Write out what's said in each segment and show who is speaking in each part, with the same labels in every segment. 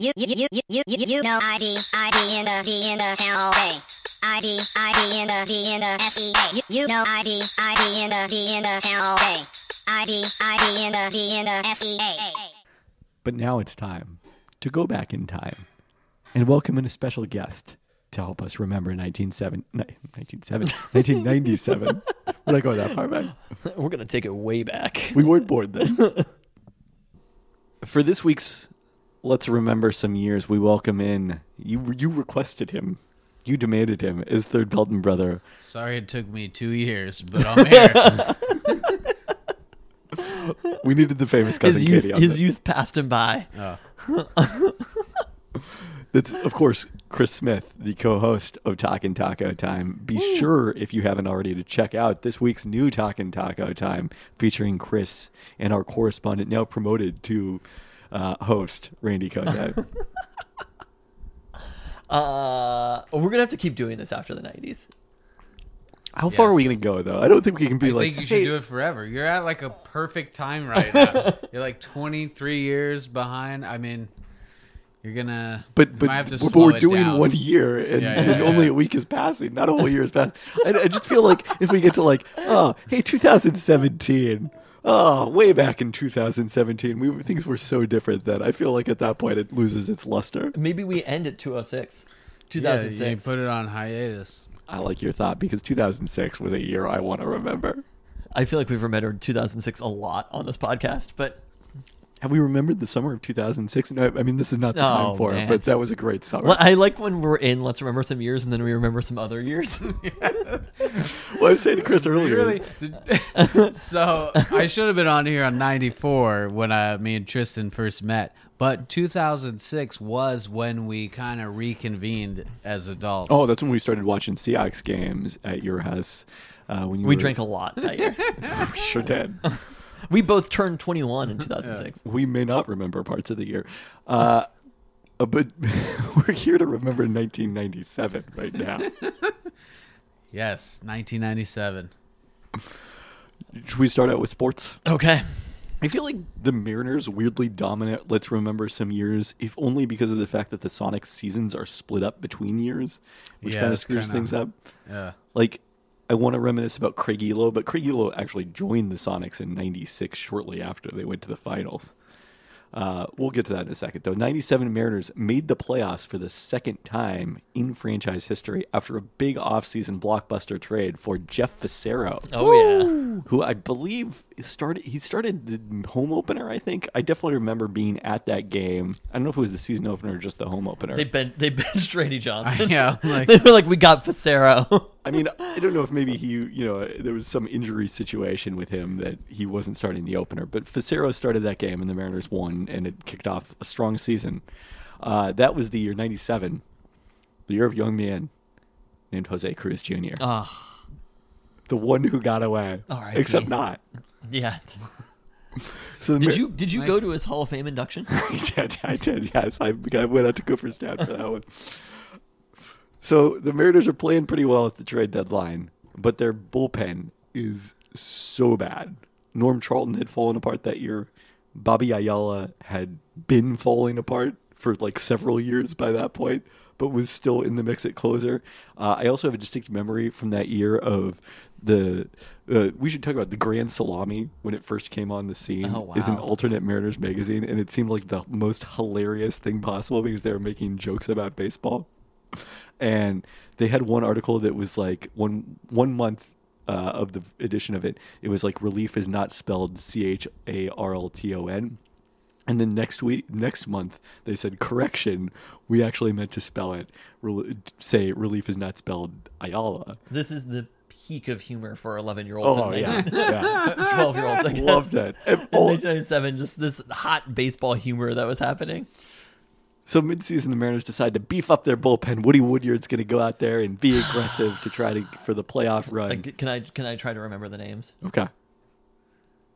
Speaker 1: You you you you you you you know ID ID in the D in the town all day. ID ID in the D in the S E A. You you know ID ID in the D in the town all day. ID ID in the D in the S E A.
Speaker 2: But now it's time to go back in time and welcome in a special guest to help us remember 1970, ni- 1970 1997. We're not going that far back.
Speaker 3: We're gonna take it way back.
Speaker 2: We weren't born then. For this week's Let's Remember Some Years, we welcome in, you, you requested him, you demanded him, is Third Belton Brother.
Speaker 4: Sorry it took me two years, but I'm here.
Speaker 2: We needed the famous cousin
Speaker 3: His youth,
Speaker 2: Katie on
Speaker 3: his
Speaker 2: this.
Speaker 3: youth passed him by.
Speaker 4: Oh,
Speaker 2: It's of course Chris Smith, the co-host of Talkin' Taco Time. Be sure if you haven't already to check out this week's new Talkin' Taco Time featuring Chris and our correspondent now promoted to uh, host Randy Kodak.
Speaker 3: Uh, oh, we're gonna have to keep doing this after the nineties.
Speaker 2: How far are we
Speaker 4: Yes.
Speaker 2: gonna go though? I don't think we can be
Speaker 4: I
Speaker 2: like
Speaker 4: think you should
Speaker 2: "Hey,
Speaker 4: do it forever. You're at like a perfect time right now. You're like 23 years behind. I mean, you're gonna. you
Speaker 2: But but
Speaker 4: might have to
Speaker 2: we're-
Speaker 4: slow
Speaker 2: we're
Speaker 4: it
Speaker 2: doing
Speaker 4: down.
Speaker 2: one year, and,
Speaker 4: Yeah, yeah,
Speaker 2: and only
Speaker 4: yeah.
Speaker 2: a week is passing. Not a whole year is passing. I, I just feel like if we get to like, oh, hey, 2017. Oh, way back in 2017, we things were so different that I feel like at that point it loses its luster.
Speaker 3: Maybe we end at two oh six. Two
Speaker 4: Yeah,
Speaker 3: thousand
Speaker 4: you
Speaker 3: six.
Speaker 4: put it on hiatus.
Speaker 2: I like your thought because 2006 was a year I want to remember.
Speaker 3: I feel like we've remembered two thousand six a lot on this podcast, but
Speaker 2: Have we remembered the summer of 2006? No, I mean this is not the
Speaker 3: Oh,
Speaker 2: time for
Speaker 3: man.
Speaker 2: it, but that was a great summer.
Speaker 3: Well, I like when we're in. Let's remember some years, and then we remember some other years.
Speaker 2: Well, I was saying to Chris earlier,
Speaker 4: Really? so I should have been on here on '94 when I, me and Tristan first met. But 2006 was when we kind of reconvened as adults.
Speaker 2: Oh, that's when we started watching Seahawks games at your house. Uh, when you
Speaker 3: we
Speaker 2: were-
Speaker 3: drank a lot that year.
Speaker 2: We sure did.
Speaker 3: we both turned twenty one in two thousand six.
Speaker 2: we may not remember parts of the year. Uh, uh, but we're here to remember 1997 right now.
Speaker 4: yes, 1997.
Speaker 2: Should we start out with sports?
Speaker 3: Okay.
Speaker 2: I feel like the Mariners weirdly dominant. Let's remember some years, if only because of the fact that the Sonic seasons are split up between years, which
Speaker 4: Yeah,
Speaker 2: kind of
Speaker 4: that's
Speaker 2: screws
Speaker 4: kinda-
Speaker 2: things up.
Speaker 4: Yeah.
Speaker 2: Like, I want to reminisce about Craig Elo, but Craig Elo actually joined the Sonics in '96 shortly after they went to the finals. Uh, we'll get to that in a second, though. 97 Mariners made the playoffs for the second time in franchise history after a big offseason blockbuster trade for Jeff Facero,
Speaker 3: Oh yeah.
Speaker 2: who I believe started he started the home opener, I think. I definitely remember being at that game. I don't know if it was the season opener or just the home opener.
Speaker 3: They ben- they benched Randy Johnson.
Speaker 4: Yeah. Like,
Speaker 3: they were like, we got Pissarro.
Speaker 2: I mean, I don't know if maybe he, you know, there was some injury situation with him that he wasn't starting the opener, but Facero started that game and the Mariners won and it kicked off a strong season. Uh, that was the year 97, the year of a young man named Jose Cruz Jr.,
Speaker 3: Ah,
Speaker 2: the one who got away,
Speaker 3: R.I.P..
Speaker 2: except not.
Speaker 3: yeah.
Speaker 2: So the
Speaker 3: Did
Speaker 2: Mar-
Speaker 3: you did you
Speaker 4: Like-
Speaker 3: go to his Hall of Fame induction?
Speaker 2: I did, I did, yes. I, I went out to Cooperstown for that one. So the Mariners are playing pretty well at the trade deadline, but their bullpen is so bad. Norm Charlton had fallen apart that year. Bobby Ayala had been falling apart for like several years by that point, but was still in the mix at closer. Uh, I also have a distinct memory from that year of the. Uh, we should talk about the Grand Salami when it first came on the scene.
Speaker 3: Oh,
Speaker 2: Is an
Speaker 3: wow.
Speaker 2: alternate Mariners magazine, and it seemed like the most hilarious thing possible because they were making jokes about baseball. And they had one article that was like one one month uh, of the edition of it. It was like relief is not spelled C H A R L T O N. And then next week, next month, they said correction. We actually meant to spell it. Rel- say relief is not spelled Ayala.
Speaker 3: This is the peak of humor for eleven year olds.
Speaker 2: Oh yeah, yeah.
Speaker 3: Twelve year olds. I guess.
Speaker 2: Love that. And
Speaker 3: In
Speaker 2: all-
Speaker 3: 1997, just this hot baseball humor that was happening.
Speaker 2: So midseason, the Mariners decide to beef up their bullpen. Woody Woodyard's going to go out there and be aggressive to try to for the playoff run.
Speaker 3: Like, can I can I try to remember the names?
Speaker 2: okay,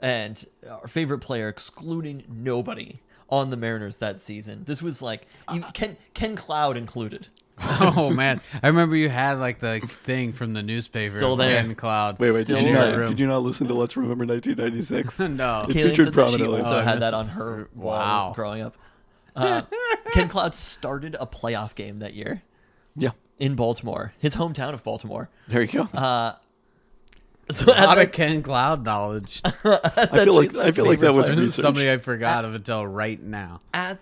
Speaker 3: And our favorite player, excluding nobody on the Mariners that season. This was like even Ken Ken Cloud included.
Speaker 4: oh man, I remember you had like the thing from the newspaper.
Speaker 3: Still there.
Speaker 4: in cloud.
Speaker 2: wait, wait. Did
Speaker 3: Still
Speaker 2: you,
Speaker 3: in
Speaker 4: not?
Speaker 3: the
Speaker 2: not, did you not listen to Let's Remember 1996?
Speaker 4: no.
Speaker 2: It featured
Speaker 3: Kaylin said that she
Speaker 2: prominently.
Speaker 3: also
Speaker 4: Oh, I
Speaker 3: had
Speaker 4: missed
Speaker 3: that
Speaker 4: it.
Speaker 3: on her wall
Speaker 4: Wow.
Speaker 3: growing up. Uh, Ken Cloud started a playoff game that year
Speaker 2: Yeah.
Speaker 3: in Baltimore, his hometown of Baltimore.
Speaker 2: There you go.
Speaker 3: Uh, So
Speaker 4: A
Speaker 3: at
Speaker 4: lot
Speaker 3: the,
Speaker 4: of Ken Cloud knowledge.
Speaker 2: I feel like I feel like that was
Speaker 4: This is
Speaker 2: research.
Speaker 4: somebody I forgot of until right now.
Speaker 3: at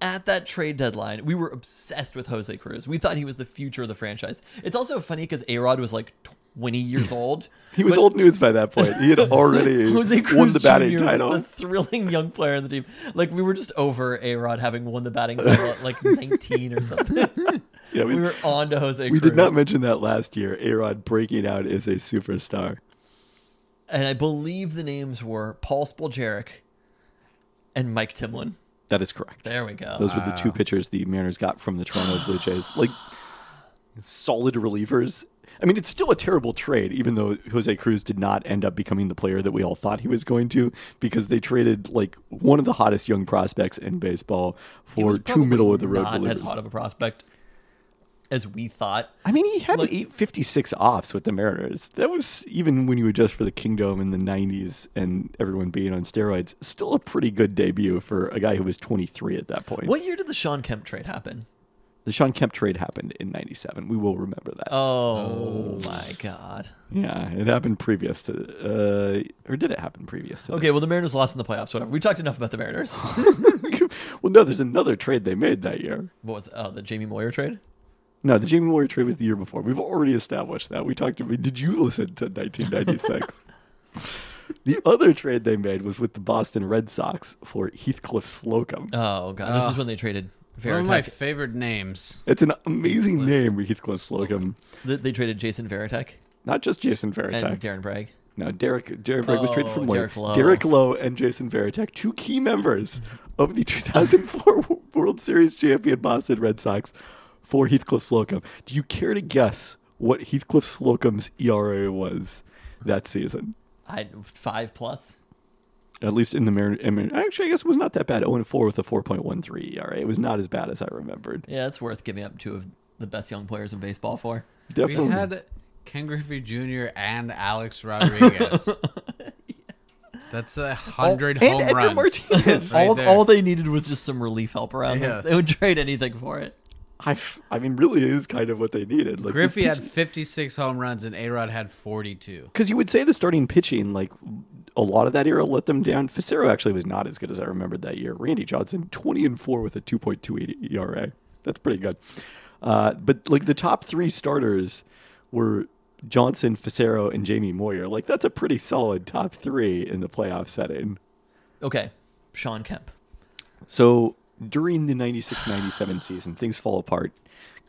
Speaker 3: at that trade deadline, we were obsessed with Jose Cruz. We thought he was the future of the franchise. It's also funny because A Rod was like 20 years old.
Speaker 2: He was old news by that point. He had already
Speaker 3: Jose Cruz
Speaker 2: won the batting
Speaker 3: Jr. was
Speaker 2: title.
Speaker 3: the thrilling young player on the team. Like we were just over A Rod having won the batting title at like 19 or something.
Speaker 2: yeah, we,
Speaker 3: we were on to Jose.
Speaker 2: we
Speaker 3: Cruz.
Speaker 2: did not mention that last year. Arod breaking out as a superstar.
Speaker 3: and I believe the names were Paul Spoljarek and Mike Timlin.
Speaker 2: That is correct.
Speaker 3: There we go.
Speaker 2: Those were the two pitchers the Mariners got from the Toronto Blue Jays. Like solid relievers. I mean, it's still a terrible trade, even though Jose Cruz did not end up becoming the player that we all thought he was going to, because they traded like one of the hottest young prospects in baseball
Speaker 3: He
Speaker 2: for
Speaker 3: was
Speaker 2: two middle of the
Speaker 3: probably
Speaker 2: road
Speaker 3: not as
Speaker 2: relievers.
Speaker 3: hot of a prospect as we thought.
Speaker 2: I mean, he had
Speaker 3: Look-
Speaker 2: an 856 offs with the Mariners. That was even when you adjust for the Kingdom in the 90s and everyone being on steroids, still a pretty good debut for a guy who was 23 at that point.
Speaker 3: What year did the Sean Kemp trade happen?
Speaker 2: The Sean Kemp trade happened in 97. We will remember that.
Speaker 3: Oh, my god.
Speaker 2: Yeah, it happened previous to, uh, or did it happen previous to?
Speaker 3: Okay, well the Mariners lost in the playoffs. Whatever. We talked enough about the Mariners. what
Speaker 2: well, well, no. There's another trade they made that year.
Speaker 3: was oh the Jamie Moyer trade?
Speaker 2: No, the Jamie Moyer trade was the year before. We've already established that. We talked. about Did you listen to 1996? the other trade they made was with the Boston Red Sox for Heathcliff Slocum.
Speaker 3: Oh god, this is when they traded
Speaker 4: One of my
Speaker 3: Veritek.
Speaker 4: favorite names.
Speaker 2: it's an amazing name, Heathcliff Slocum.
Speaker 3: Th- they traded Jason Veritek
Speaker 2: Not just Jason
Speaker 3: and
Speaker 2: Veritek.
Speaker 3: Darren Bragg.
Speaker 2: No, Derek Derek Bragg was traded
Speaker 3: Oh,
Speaker 2: from Moyer.
Speaker 3: Derek Lowe.
Speaker 2: Derek Lowe and Jason Veritek, two key members of the 2004 World Series champion Boston Red Sox, for Heathcliff Slocum. Do you care to guess what Heathcliff Slocum's ERA was that season?
Speaker 3: I five plus.
Speaker 2: At least in the Mariners. I mean, actually, I guess it was not that bad. 0 4 with a 4.13 ERA. E It was not as bad as I remembered.
Speaker 3: Yeah, it's worth giving up two of the best young players in baseball for.
Speaker 2: Definitely.
Speaker 4: We had Ken Griffey Jr. and Alex Rodriguez. That's a hundred
Speaker 2: and
Speaker 4: home
Speaker 2: Edwin
Speaker 4: runs.
Speaker 2: Martinez.
Speaker 4: Right
Speaker 3: all,
Speaker 4: there.
Speaker 3: all they needed was just some relief help around
Speaker 4: Yeah.
Speaker 3: them. They would trade anything for it.
Speaker 2: I, I mean, really, it is kind of what they needed. Like,
Speaker 4: Griffey had 56 home runs and Arod had 42.
Speaker 2: Because you would say the starting pitching, like a lot of that era, let them down. Facero actually was not as good as I remembered that year. Randy Johnson, twenty and four with a two point two eight ERA. That's pretty good. Uh, but like the top three starters were Johnson, Facero, and Jamie Moyer. Like that's a pretty solid top three in the playoff setting.
Speaker 3: Okay, Sean Kemp.
Speaker 2: So during the 96-97 season, things fall apart.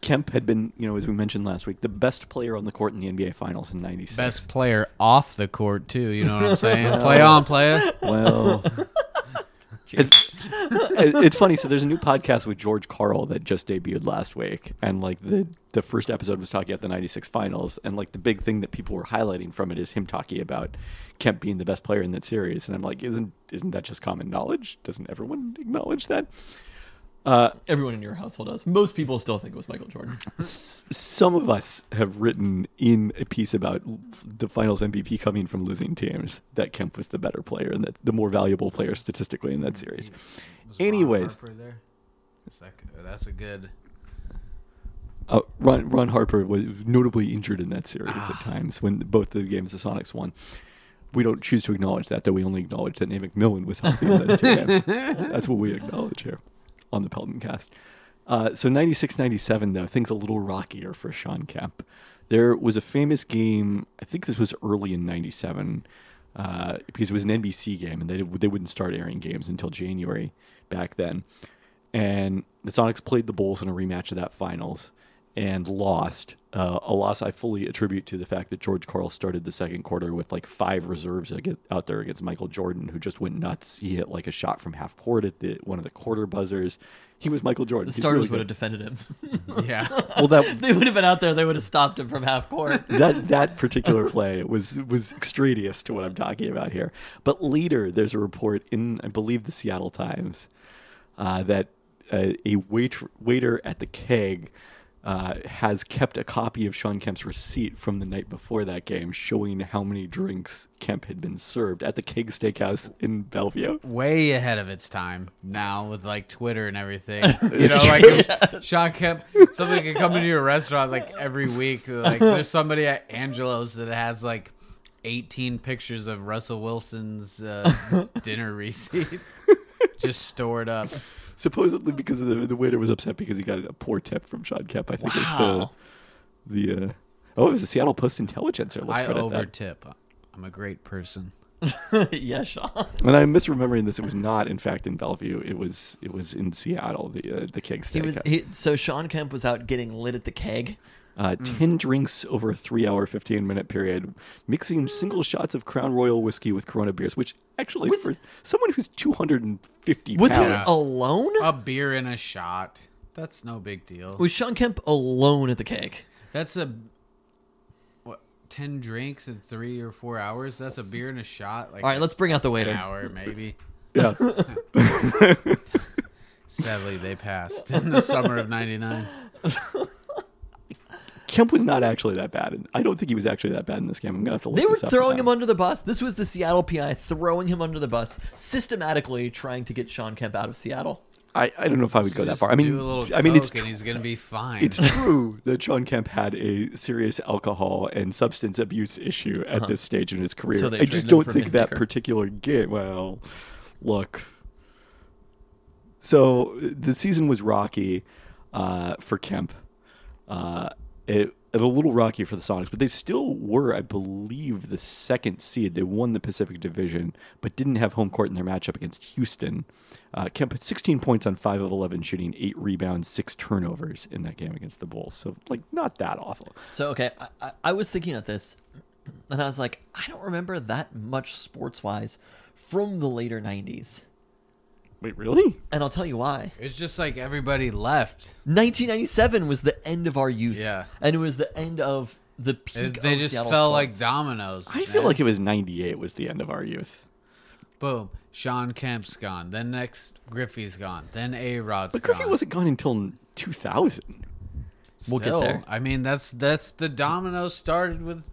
Speaker 2: Kemp had been, you know, as we mentioned last week, the best player on the court in the NBA Finals in '96.
Speaker 4: Best player off the court, too. You know what I'm saying? Play on, player.
Speaker 2: Well, it's, it- it's funny. So there's a new podcast with George Carl that just debuted last week, and like the the first episode was talking about the '96 finals, and like the big thing that people were highlighting from it is him talking about Kemp being the best player in that series, and I'm like, isn't isn't that just common knowledge? Doesn't everyone acknowledge that? Uh,
Speaker 3: Everyone in your household does. Most people still think it was Michael Jordan.
Speaker 2: S- Some of us have written in a piece about the finals MVP coming from losing teams that Kemp was the better player and that the more valuable player statistically in that series. Anyways.
Speaker 4: That's a good.
Speaker 2: Uh, Ron, Ron Harper was notably injured in that series at times when both the games the Sonics won. We don't choose to acknowledge that, though. We only acknowledge that Nate McMillan was healthy in those two games. That's what we acknowledge here on the Pelton cast. Uh, so 96 97, though, things a little rockier for Sean Kemp. There was a famous game, I think this was early in 97, uh, because it was an NBC game, and they, they wouldn't start airing games until January back then and the Sonics played the Bulls in a rematch of that finals and lost. Uh, a loss I fully attribute to the fact that George Carl started the second quarter with like five reserves ag- out there against Michael Jordan, who just went nuts. He hit like a shot from half court at the one of the quarter buzzers. He was Michael Jordan.
Speaker 3: The
Speaker 2: He's really
Speaker 3: starters would have
Speaker 2: good.
Speaker 3: defended him.
Speaker 4: Yeah.
Speaker 2: well that
Speaker 3: they would have been out there. They would have stopped him from half court.
Speaker 2: that that particular play was was extraneous to what I'm talking about here. But later, there's a report in I believe the Seattle Times uh, that uh, a wait, waiter at the keg. uh, has kept a copy of Sean Kemp's receipt from the night before that game, showing how many drinks Kemp had been served at the Keg Steakhouse in Bellevue.
Speaker 4: way ahead of its time now with like Twitter and everything. You know, like if Sean Kemp, somebody could come into your restaurant like every week. Like there's somebody at Angelo's that has like 18 pictures of Russell Wilson's uh, dinner receipt just stored up.
Speaker 2: Supposedly because of the, the waiter was upset because he got a poor tip from Sean Kemp. I think
Speaker 3: Wow.
Speaker 2: it's the the uh, oh, it was the Seattle Post Intelligencer. Let's
Speaker 4: I
Speaker 2: credit that.
Speaker 4: overtip. I'm a great person.
Speaker 3: yeah, Sean.
Speaker 2: And I'm misremembering this. It was not, in fact, in Bellevue. It was it was in Seattle. The uh, the keg
Speaker 3: He
Speaker 2: steak.
Speaker 3: was he, so Sean Kemp was out getting lit at the keg.
Speaker 2: uh,
Speaker 3: Mm.
Speaker 2: ten drinks over a three-hour, fifteen-minute period, mixing single shots of Crown Royal whiskey with Corona beers. Which actually,
Speaker 3: Was-
Speaker 2: for someone who's two hundred and fifty
Speaker 3: Was
Speaker 2: pounds,
Speaker 3: he alone?
Speaker 4: A beer and a shot. That's no big deal.
Speaker 3: was Sean Kemp alone at the keg?
Speaker 4: That's a what 10 drinks in 3 or 4 hours? That's a beer and a shot like
Speaker 3: All right, let's bring out the
Speaker 4: an
Speaker 3: waiter.
Speaker 4: hour maybe.
Speaker 2: yeah,
Speaker 4: Sadly, they passed in the summer of '99.
Speaker 2: Kemp was not actually that bad. And I don't think he was actually that bad in this game. I'm gonna have to. Look
Speaker 3: They were
Speaker 2: this up
Speaker 3: throwing
Speaker 2: now.
Speaker 3: him under the bus. This was the Seattle PI throwing him under the bus, systematically trying to get Sean Kemp out of Seattle.
Speaker 2: I, I don't know if I would go that far. I mean,
Speaker 4: do a little
Speaker 2: I mean, it's
Speaker 4: coke and he's gonna be fine.
Speaker 2: It's true that Sean Kemp had a serious alcohol and substance abuse issue
Speaker 3: Uh-huh.
Speaker 2: at this stage in his career.
Speaker 3: So they
Speaker 2: I just
Speaker 3: traded him
Speaker 2: don't
Speaker 3: for
Speaker 2: think
Speaker 3: Vin
Speaker 2: that
Speaker 3: Baker.
Speaker 2: particular game. Well, look. So the season was rocky uh, for Kemp. Uh, it, it a little rocky for the Sonics, but they still were, I believe, the second seed. They won the Pacific Division, but didn't have home court in their matchup against Houston. Uh, Kemp had 16 points on 5 of 11, shooting 8 rebounds, 6 turnovers in that game against the Bulls. So, like, not that awful.
Speaker 3: So okay, I, I, I was thinking of this, and I was like, I don't remember that much sports wise from the later '90s,
Speaker 2: Wait, really?
Speaker 3: and I'll tell you why.
Speaker 4: It's just like everybody left.
Speaker 3: 1997 was the end of our youth,
Speaker 4: Yeah.
Speaker 3: and it was the end of the
Speaker 4: They,
Speaker 3: peak.
Speaker 4: they
Speaker 3: of
Speaker 4: just
Speaker 3: Seattle
Speaker 4: fell
Speaker 3: sports.
Speaker 4: like dominoes.
Speaker 2: oh, I feel
Speaker 4: man.
Speaker 2: like it was 98 was the end of our youth.
Speaker 4: boom. Sean Kemp's gone. Then next Griffey's gone. Then A Rod's
Speaker 2: But
Speaker 4: gone.
Speaker 2: Griffey wasn't gone until 2000.
Speaker 3: We'll get
Speaker 4: Still,
Speaker 3: there.
Speaker 4: I mean, that's that's the domino started with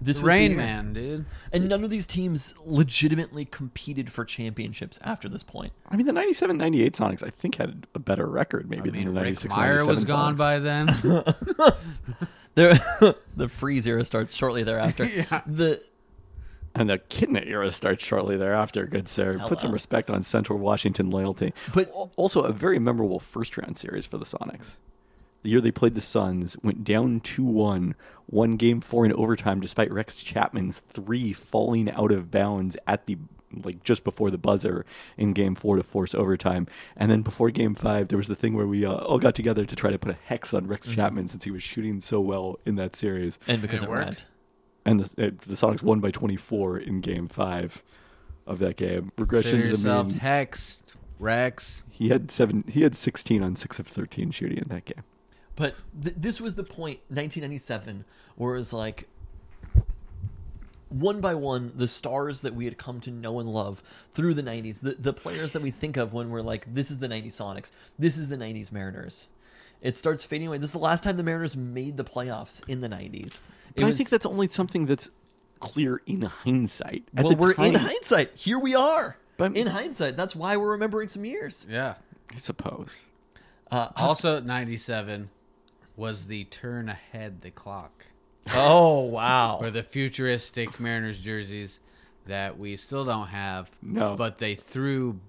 Speaker 3: This was the
Speaker 4: Rain
Speaker 3: year.
Speaker 4: Man, dude.
Speaker 3: and none of these teams legitimately competed for championships after this point.
Speaker 2: I mean, the 97 98 Sonics, I think, had a better record maybe
Speaker 4: I mean,
Speaker 2: than the
Speaker 4: Rick
Speaker 2: 96
Speaker 4: Meyer was
Speaker 2: 97
Speaker 4: gone
Speaker 2: Sonics.
Speaker 4: by then.
Speaker 3: There, the freeze era starts shortly thereafter. The
Speaker 2: And the Kidna era starts shortly thereafter. Good sir, put some
Speaker 3: Hello.
Speaker 2: respect on Central Washington loyalty.
Speaker 3: But-
Speaker 2: Al- also a very memorable first round series for the Sonics. The year they played the Suns, went down 2-1, won Game Four in overtime, despite Rex Chapman's three falling out of bounds at the like just before the buzzer in Game Four to force overtime. And then before Game Five, there was the thing where we uh, all got together to try to put a hex on Rex Chapman since he was shooting so well in that series
Speaker 3: and because
Speaker 4: it
Speaker 3: it,
Speaker 4: worked?
Speaker 3: rained.
Speaker 2: and the, uh, the Sonics won by 24 in Game Five of that game.
Speaker 4: Consider
Speaker 2: Regression to the
Speaker 4: yourself
Speaker 2: mean.
Speaker 4: hexed, Rex.
Speaker 2: He had seven. He had 16 on six of 13 shooting in that game.
Speaker 3: But th- this was the point, 1997, where it was like one by one, the stars that we had come to know and love through the 90s, the, the players that we think of when we're like, this is the 90s Sonics, this is the 90s Mariners. It starts fading away. This is the last time the Mariners made the playoffs in the 90s. It
Speaker 2: But I
Speaker 3: was-
Speaker 2: think that's only something that's clear in hindsight. At
Speaker 3: well,
Speaker 2: the
Speaker 3: we're
Speaker 2: time,
Speaker 3: in hindsight. Here we are.
Speaker 2: But I'm-
Speaker 3: in hindsight, that's why we're remembering some years.
Speaker 4: Yeah.
Speaker 2: I suppose.
Speaker 3: Uh,
Speaker 4: Also, 97 was the turn ahead the clock
Speaker 3: oh wow!
Speaker 4: for the futuristic Mariners jerseys that we still don't have.
Speaker 2: No.
Speaker 4: But they threw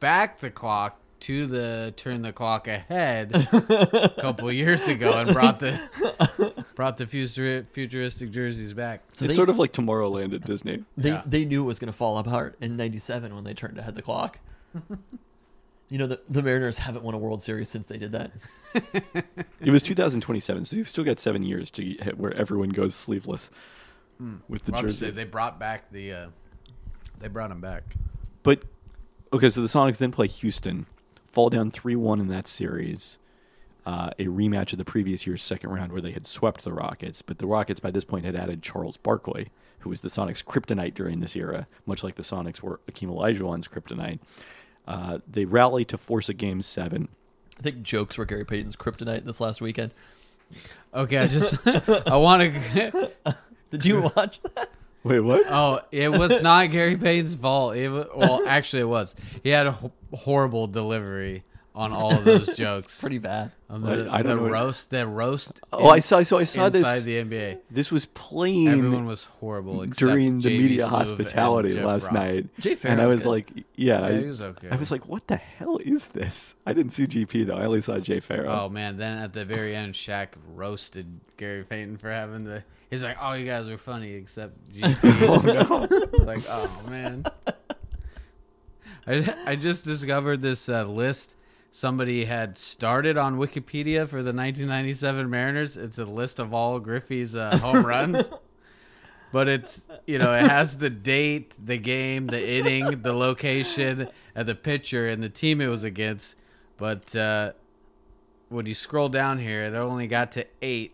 Speaker 4: back the clock to the turn the clock ahead a couple years ago and brought the brought the futur- futuristic jerseys back.
Speaker 3: So
Speaker 2: it's
Speaker 3: they-
Speaker 2: sort of like Tomorrowland at Disney.
Speaker 3: They
Speaker 4: Yeah.
Speaker 3: they knew it was going to fall apart in '97 when they turned ahead the clock. you know the the Mariners haven't won a World Series since they did that.
Speaker 2: It was 2027, so you've still got seven years to hit where everyone goes sleeveless
Speaker 3: Hmm.
Speaker 2: with the
Speaker 4: Well, I'm just
Speaker 2: jersey.
Speaker 4: saying, they brought back the uh, they brought them back.
Speaker 2: But okay, so the Sonics then play Houston, fall down three one in that series. Uh, a rematch of the previous year's second round where they had swept the Rockets, but the Rockets by this point had added Charles Barkley, who was the Sonics' kryptonite during this era, much like the Sonics were Akeem Olajuwon's kryptonite. Uh, they rally to force a game seven.
Speaker 3: I think jokes were Gary Payton's kryptonite this last weekend.
Speaker 4: Okay, I just I want to.
Speaker 3: Did you watch that?
Speaker 2: Wait, what?
Speaker 4: Oh, it was not Gary Payton's fault. It was, well, actually, it was. He had a ho- horrible delivery on all of those jokes.
Speaker 3: Pretty bad.
Speaker 4: on the,
Speaker 2: I- I don't
Speaker 4: the
Speaker 2: know.
Speaker 4: roast, the roast.
Speaker 2: oh, I saw. So I saw
Speaker 4: inside
Speaker 2: this.
Speaker 4: the NBA.
Speaker 2: this was playing
Speaker 4: Everyone was horrible except
Speaker 2: during the
Speaker 4: JV
Speaker 2: media
Speaker 4: Smoove and
Speaker 2: hospitality
Speaker 4: Jeff
Speaker 2: last
Speaker 4: Ross.
Speaker 2: night,
Speaker 3: Jay
Speaker 2: and
Speaker 3: Farrow
Speaker 2: I
Speaker 3: was
Speaker 2: was,
Speaker 3: good.
Speaker 2: like, "Yeah,
Speaker 4: Yeah,
Speaker 2: I,
Speaker 4: he was okay.
Speaker 2: I was like, "What the hell is this?" I didn't see GP though. I only saw Jay Farrow.
Speaker 4: Oh man! Then at the very end, Shaq roasted Gary Payton for having the. He's like, "Oh, you guys were funny, except GP." Like, oh man. I I just discovered this uh, list somebody had started on Wikipedia for the 1997 Mariners. It's a list of all Griffey's uh, home runs. But it's you know it has the date, the game, the inning, the location, and the pitcher and the team it was against. But uh, when you scroll down here, it only got to eight.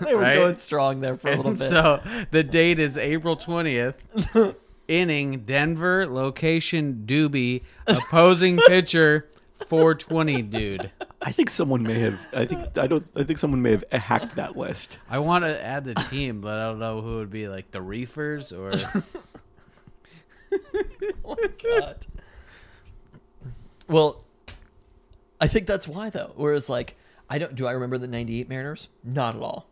Speaker 3: They were
Speaker 4: Right?
Speaker 3: going strong there for a little
Speaker 4: And
Speaker 3: bit.
Speaker 4: so the date is April 20th. Inning Denver location Doobie opposing pitcher 420 dude.
Speaker 2: I think someone may have. I think I don't. I think someone may have hacked that list.
Speaker 4: I want to add the team, but I don't know who would be like the Reefers or
Speaker 3: Oh God. Well, I think that's why though. Whereas like I don't do I remember the 98 Mariners? Not at all.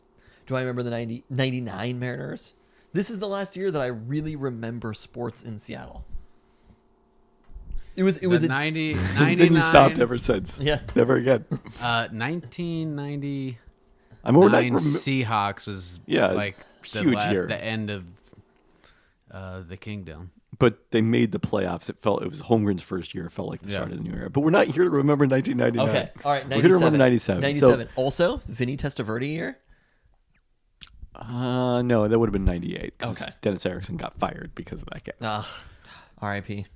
Speaker 3: Do I remember the 90, 99 Mariners? This is the last year that I really remember sports in Seattle. It was it was a,
Speaker 4: the 90
Speaker 2: Then you stopped
Speaker 4: 99,
Speaker 2: ever since.
Speaker 3: Yeah.
Speaker 2: Never again.
Speaker 4: uh 1999
Speaker 2: I mean, we're not. rem-
Speaker 4: Seahawks was
Speaker 2: Yeah,
Speaker 4: like the
Speaker 2: huge
Speaker 4: last,
Speaker 2: year.
Speaker 4: the end of uh the kingdom.
Speaker 2: but they made the playoffs. It felt it was Holmgren's first year. It felt like the
Speaker 4: Yeah.
Speaker 2: start of the new era. But we're not here to remember 1999.
Speaker 3: Okay. All right, 97.
Speaker 2: We're here to remember 97.
Speaker 3: 97. also, Vinny Testaverde year?
Speaker 2: So, uh, no, that would have been 98. 'cause
Speaker 3: Okay.
Speaker 2: Dennis Erickson got fired because of that game.
Speaker 3: Ugh. RIP.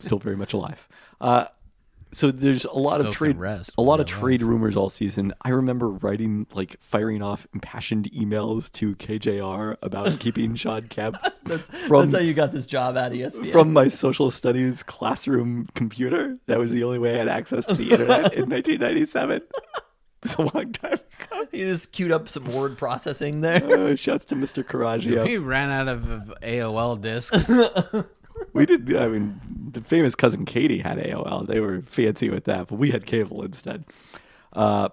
Speaker 2: Still very much alive. Uh, so there's a lot
Speaker 4: Still
Speaker 2: of
Speaker 4: can
Speaker 2: trade,
Speaker 4: rest
Speaker 2: a lot of
Speaker 4: when they're
Speaker 2: trade rumors all season. I remember writing like firing off impassioned emails to KJR about keeping Sean Kemp from
Speaker 3: That's how you got this job E at ESPN.
Speaker 2: from my social studies classroom computer. That was the only way I had access to the internet in 1997. It was a long time ago.
Speaker 3: you just queued up some word processing there.
Speaker 2: Uh, shouts to Mr. Carraggio.
Speaker 4: We ran out of of AOL discs.
Speaker 2: We did. I mean, the famous cousin Katie had AOL. They were fancy with that, but we had cable instead. Uh,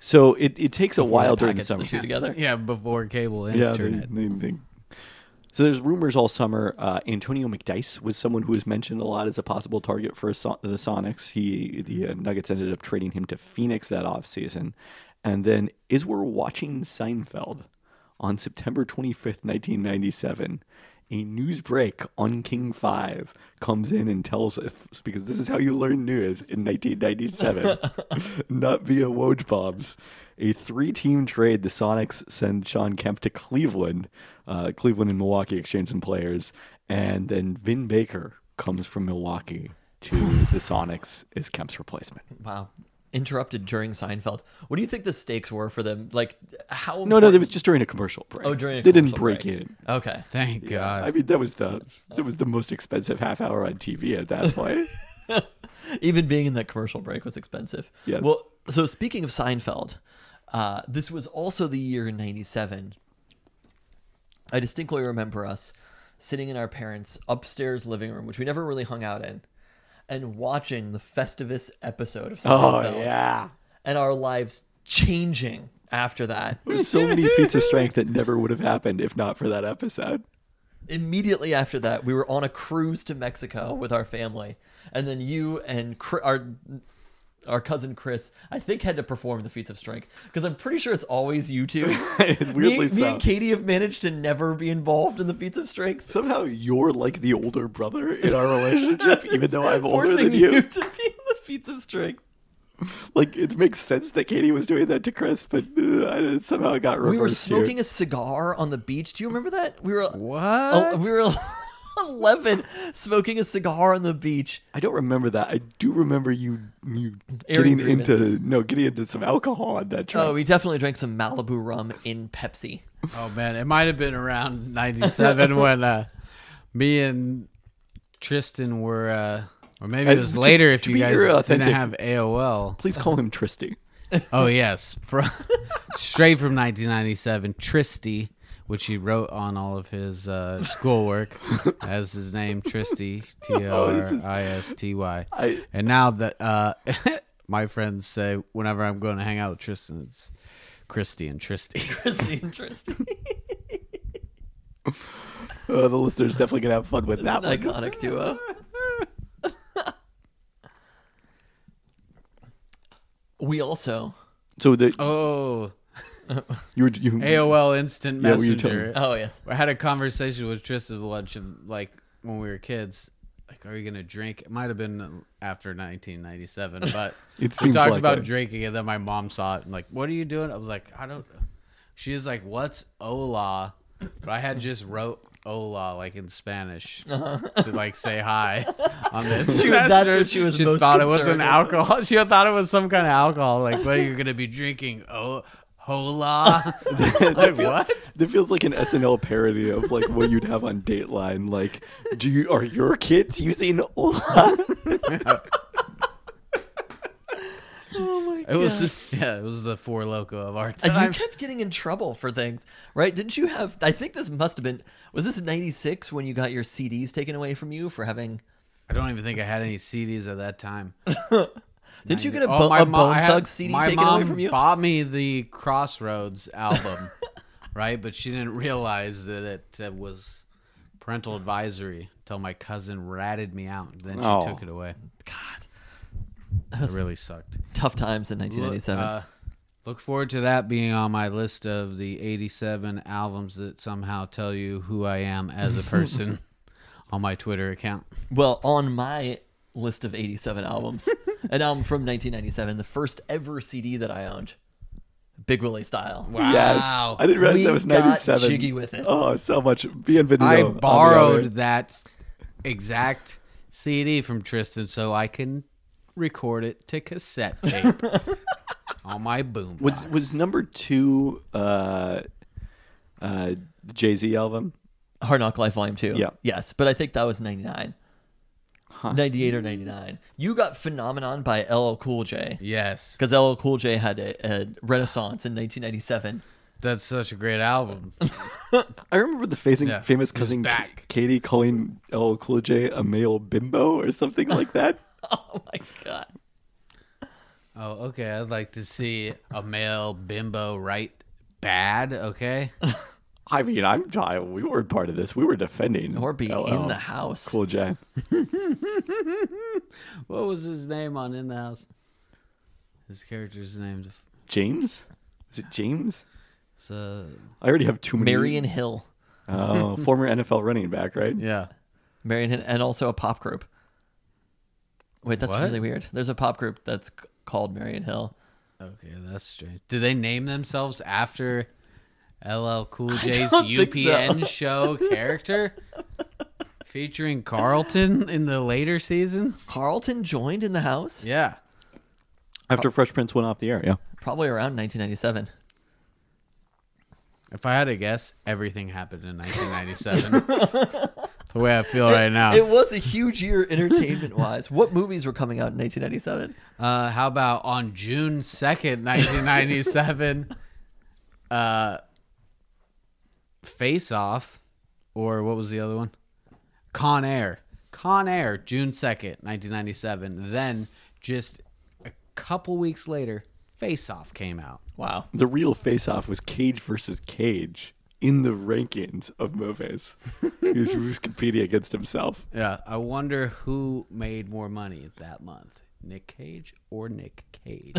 Speaker 2: so it, it takes a while during the
Speaker 3: Package
Speaker 2: summer.
Speaker 3: the two together.
Speaker 4: Yeah, before cable and
Speaker 2: Yeah, they,
Speaker 4: internet.
Speaker 2: they, they- So there's rumors all summer. Uh, Antonio McDice was someone who was mentioned a lot as a possible target for a Son- the Sonics. He the uh, Nuggets ended up trading him to Phoenix that offseason. and then is we're watching Seinfeld on September 25th, 1997. A news break on King Five comes in and tells us because this is how you learn news in 1997, not via Woj bombs a three-team trade. The Sonics send Sean Kemp to Cleveland. Uh, Cleveland and Milwaukee exchange some players, and then Vin Baker comes from Milwaukee to the Sonics as Kemp's replacement.
Speaker 3: Wow. Interrupted during Seinfeld. What do you think the stakes were for them? Like, how?
Speaker 2: No, no,
Speaker 3: important-
Speaker 2: that was just during a commercial break.
Speaker 3: Oh, during a
Speaker 2: they didn't
Speaker 3: commercial
Speaker 2: break
Speaker 3: break.
Speaker 2: in.
Speaker 3: Okay.
Speaker 4: Thank God.
Speaker 2: I mean, that was the that was the most expensive half hour on TV at that point.
Speaker 3: Even being in that commercial break was expensive.
Speaker 2: Yes.
Speaker 3: Well, so speaking of Seinfeld, uh, this was also the year in '97. I distinctly remember us sitting in our parents' upstairs living room, which we never really hung out in, and watching the Festivus episode of
Speaker 2: oh
Speaker 3: Seinfeld,
Speaker 2: yeah.
Speaker 3: and our lives changing after that.
Speaker 2: So many feats of strength that never would have happened if not for that episode.
Speaker 3: immediately after that, we were on a cruise to Mexico with our family, and then you and Chri- our our cousin Chris, I think, had to perform the feats of strength because I'm pretty sure it's always you two. me,
Speaker 2: Weirdly
Speaker 3: me and
Speaker 2: so.
Speaker 3: Katie have managed to never be involved in the feats of strength,
Speaker 2: Somehow you're like the older brother in our relationship, even though I'm older
Speaker 3: forcing
Speaker 2: than
Speaker 3: you.
Speaker 2: you.
Speaker 3: to be in the feats of strength.
Speaker 2: Like it makes sense that Katie was doing that to Chris, but uh, I- somehow it got reversed.
Speaker 3: We were smoking
Speaker 2: here.
Speaker 3: a cigar on the beach. Do you remember that? We were
Speaker 4: what?
Speaker 3: Oh, we were. 11 smoking a cigar on the beach
Speaker 2: I don't remember that. I do remember you you
Speaker 3: Airing
Speaker 2: getting into
Speaker 3: grievances.
Speaker 2: no getting into some alcohol on that trip.
Speaker 3: oh we definitely drank some malibu rum in pepsi
Speaker 4: Oh man, it might have been around '97 when uh, me and Tristan were uh, Or maybe it
Speaker 2: Uh,
Speaker 4: was
Speaker 2: to-
Speaker 4: later if
Speaker 2: to
Speaker 4: you
Speaker 2: be
Speaker 4: guys
Speaker 2: your
Speaker 4: didn't
Speaker 2: authentic-
Speaker 4: have AOL.
Speaker 2: Please call him Tristy.
Speaker 4: Oh yes, from straight from 1997, Tristy, which he wrote on all of his uh, schoolwork as his name, Tristy, T O
Speaker 2: Oh, this
Speaker 4: R
Speaker 2: is-
Speaker 4: I S T Y.
Speaker 2: I-
Speaker 4: And now that uh, my friends say whenever I'm going to hang out with Tristan, it's Christy and Tristy.
Speaker 3: Christy and Tristy.
Speaker 2: Uh, the listeners definitely gonna have fun with that one.
Speaker 3: Iconic duo. we also.
Speaker 2: So the
Speaker 4: Oh,
Speaker 2: you were you,
Speaker 4: AOL Instant
Speaker 2: Yeah, what you
Speaker 4: Messenger.
Speaker 2: telling me?
Speaker 3: Oh, yes.
Speaker 4: I had a conversation with Tristan Lynch, like when we were kids. Like, are you gonna drink? It might have been after 1997, but
Speaker 2: It
Speaker 4: we
Speaker 2: seems
Speaker 4: talked
Speaker 2: like
Speaker 4: about
Speaker 2: it.
Speaker 4: drinking, and then my mom saw it and like, "What are you doing?" I was like, "I don't." know." She was like, "What's hola?" But I had just wrote "hola" like in Spanish to like say hi on this.
Speaker 3: Uh-huh. She- that's
Speaker 4: semester.
Speaker 3: what she was
Speaker 4: She
Speaker 3: most
Speaker 4: thought it was an
Speaker 3: concerned about.
Speaker 4: alcohol. She thought it was some kind of alcohol. Like, what are you gonna be drinking? Oh, hola. like what?
Speaker 2: That feels like an SNL parody of like what you'd have on Dateline. Like, do you are your kids using Ola?
Speaker 4: It was yeah, it was the four loco of our
Speaker 3: And
Speaker 4: time.
Speaker 3: you kept getting in trouble for things, right? Didn't you have? I think this must have been. Was this in '96 when you got your CDs taken away from you for having?
Speaker 4: I don't even think I had any CDs at that time.
Speaker 3: Didn't you get a,
Speaker 4: Oh,
Speaker 3: bo-
Speaker 4: my
Speaker 3: a
Speaker 4: mo-
Speaker 3: Bone
Speaker 4: I had-
Speaker 3: Thug CD
Speaker 4: my
Speaker 3: taken away
Speaker 4: mom
Speaker 3: from you?
Speaker 4: Bought me the Crossroads album, right? But she didn't realize that it uh, was parental advisory until my cousin ratted me out. And then she
Speaker 2: Oh.
Speaker 4: took it away.
Speaker 3: God,
Speaker 4: It really sucked.
Speaker 3: tough times in 1997.
Speaker 4: Look, uh, look forward to that being on my list of the 87 albums that somehow tell you who I am as a person on my Twitter account.
Speaker 3: well, on my list of '87 albums, an album from 1997, the first ever CD that I owned, Big Willie style.
Speaker 2: Yes,
Speaker 4: Wow.
Speaker 2: I didn't realize
Speaker 3: We
Speaker 2: that was
Speaker 3: got
Speaker 2: ninety seven.
Speaker 3: jiggy with it.
Speaker 2: Oh, so much. Bienvenido.
Speaker 4: I
Speaker 2: on the
Speaker 4: borrowed
Speaker 2: other.
Speaker 4: that exact CD from Tristan so I can record it to cassette tape on my boom.
Speaker 2: Was was number two uh, uh, the Jay Z album?
Speaker 3: Hard Knock Life Volume Two.
Speaker 2: Yeah.
Speaker 3: Yes, but I think that was '99, '98 or '99. You got Phenomenon by LL Cool J.
Speaker 4: yes,
Speaker 3: because LL Cool J had a, a renaissance in 1997.
Speaker 4: that's such a great album.
Speaker 2: I remember the facing,
Speaker 4: Yeah,
Speaker 2: famous
Speaker 4: he's
Speaker 2: cousin
Speaker 4: back.
Speaker 2: Katie calling LL Cool J a male bimbo or something like that.
Speaker 3: Oh my god!
Speaker 4: Oh, okay. I'd like to see a male bimbo write bad.
Speaker 2: I
Speaker 4: Okay,
Speaker 2: mean, I'm I, we were part of this. We were defending
Speaker 3: Or be
Speaker 2: LL
Speaker 3: in the house.
Speaker 2: Cool J.
Speaker 4: what was his name on In the House? His character's name.
Speaker 2: James? Is it James?
Speaker 4: So
Speaker 2: I already have too many.
Speaker 3: Marion Hill,
Speaker 2: Oh, former NFL running back, right?
Speaker 4: yeah,
Speaker 3: Marion, Hill, and also a pop group. Wait, that's
Speaker 4: What?
Speaker 3: really weird. There's a pop group that's c- called Marion Hill.
Speaker 4: okay, that's strange. Did they name themselves after? LL Cool J's
Speaker 3: don't think so.
Speaker 4: UPN show character featuring Carlton in the later seasons.
Speaker 3: Carlton joined in the house
Speaker 4: Yeah.
Speaker 2: After Fresh Prince went off the air, yeah.
Speaker 3: probably around 1997.
Speaker 4: If I had to guess, everything happened in 1997. the way I feel right
Speaker 3: It
Speaker 4: now.
Speaker 3: was a huge year entertainment wise. What movies were coming out in 1997?
Speaker 4: Uh, how about on June 2nd, 1997, uh, Face Off, or what was the other one? Con Air. Con Air, June 2nd, 1997. Then, just a couple weeks later, Face Off came out.
Speaker 3: Wow.
Speaker 2: The real face off was Cage versus Cage in the rankings of movies. he was, he was competing against himself.
Speaker 4: Yeah, I wonder who made more money that month, Nick Cage or Nick Cage.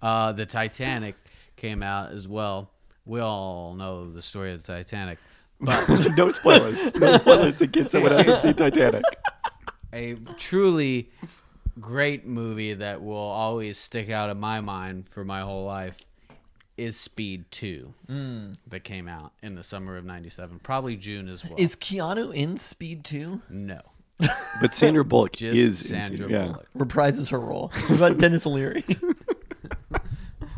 Speaker 4: uh, the Titanic came out as well. We all know the story of the Titanic.
Speaker 2: no spoilers. No spoilers in case someone hasn't seen Titanic.
Speaker 4: A truly great movie that will always stick out in my mind for my whole life is Speed 2
Speaker 3: Hmm.
Speaker 4: that came out in the summer of 97, probably June as well.
Speaker 3: Is Keanu in Speed 2?
Speaker 4: no,
Speaker 2: But Sandra Bullock
Speaker 4: just
Speaker 2: is in
Speaker 4: Sandra
Speaker 2: Sandra- yeah.
Speaker 4: Bullock.
Speaker 3: Reprises her role. What about Dennis Leary?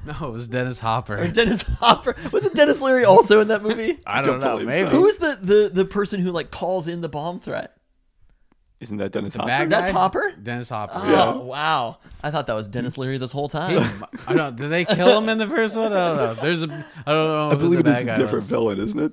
Speaker 4: No, it was Dennis Hopper.
Speaker 3: or Dennis Hopper? Wasn't Dennis Leary also in that movie?
Speaker 4: I
Speaker 2: don't
Speaker 4: don't know,
Speaker 2: believe
Speaker 4: maybe.
Speaker 2: so.
Speaker 3: Who is the, the the person who like calls in the bomb threat?
Speaker 2: Isn't that Dennis Hopper?
Speaker 4: Bad
Speaker 3: That's
Speaker 4: guy?
Speaker 3: Hopper?
Speaker 4: Dennis Hopper.
Speaker 3: Oh,
Speaker 2: Yeah.
Speaker 3: wow. I thought that was Dennis Leary this whole
Speaker 4: He-
Speaker 3: time.
Speaker 4: I don't. Did they kill him in the first one? I don't know. There's a. I don't know.
Speaker 2: I believe
Speaker 4: who the
Speaker 2: it's
Speaker 4: bad
Speaker 2: a
Speaker 4: guy
Speaker 2: different
Speaker 4: was.
Speaker 2: villain, isn't it?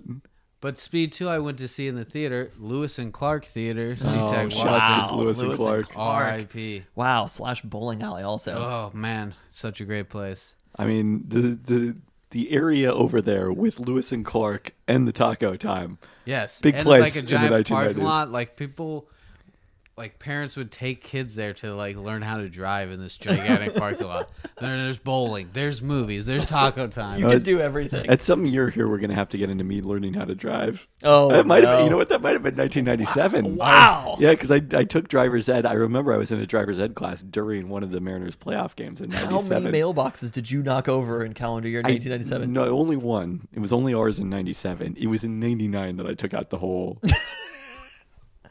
Speaker 4: But Speed Two, I went to see in the theater, Lewis and Clark
Speaker 2: Oh,
Speaker 4: Theater, SeaTac
Speaker 2: shots
Speaker 4: Watson,
Speaker 2: is Lewis and Clark.
Speaker 4: R.I.P.
Speaker 3: Wow, slash bowling alley also.
Speaker 4: Oh man, such a great place.
Speaker 2: I mean, the the the area over there with Lewis and Clark and the Taco Time.
Speaker 4: Yes,
Speaker 2: Big
Speaker 4: and
Speaker 2: place
Speaker 4: like a
Speaker 2: in the
Speaker 4: giant parking
Speaker 2: 1990s.
Speaker 4: lot. Like people, like parents would take kids there to like learn how to drive in this gigantic parking lot. There, there's bowling, there's movies, there's taco time.
Speaker 3: you
Speaker 2: Uh,
Speaker 3: could do everything.
Speaker 2: At some year here, we're gonna have to get into me learning how to drive.
Speaker 3: Oh,
Speaker 2: that might have
Speaker 3: no.
Speaker 2: been, you know what? That might have been 1997.
Speaker 3: Wow.
Speaker 2: Yeah, because I, I took driver's ed. I remember I was in a driver's ed class during one of the Mariners playoff games in
Speaker 3: How
Speaker 2: 97.
Speaker 3: many mailboxes did you knock over in calendar year 1997?
Speaker 2: No, only one. It was only ours in 97. It was in 99 that I took out the whole.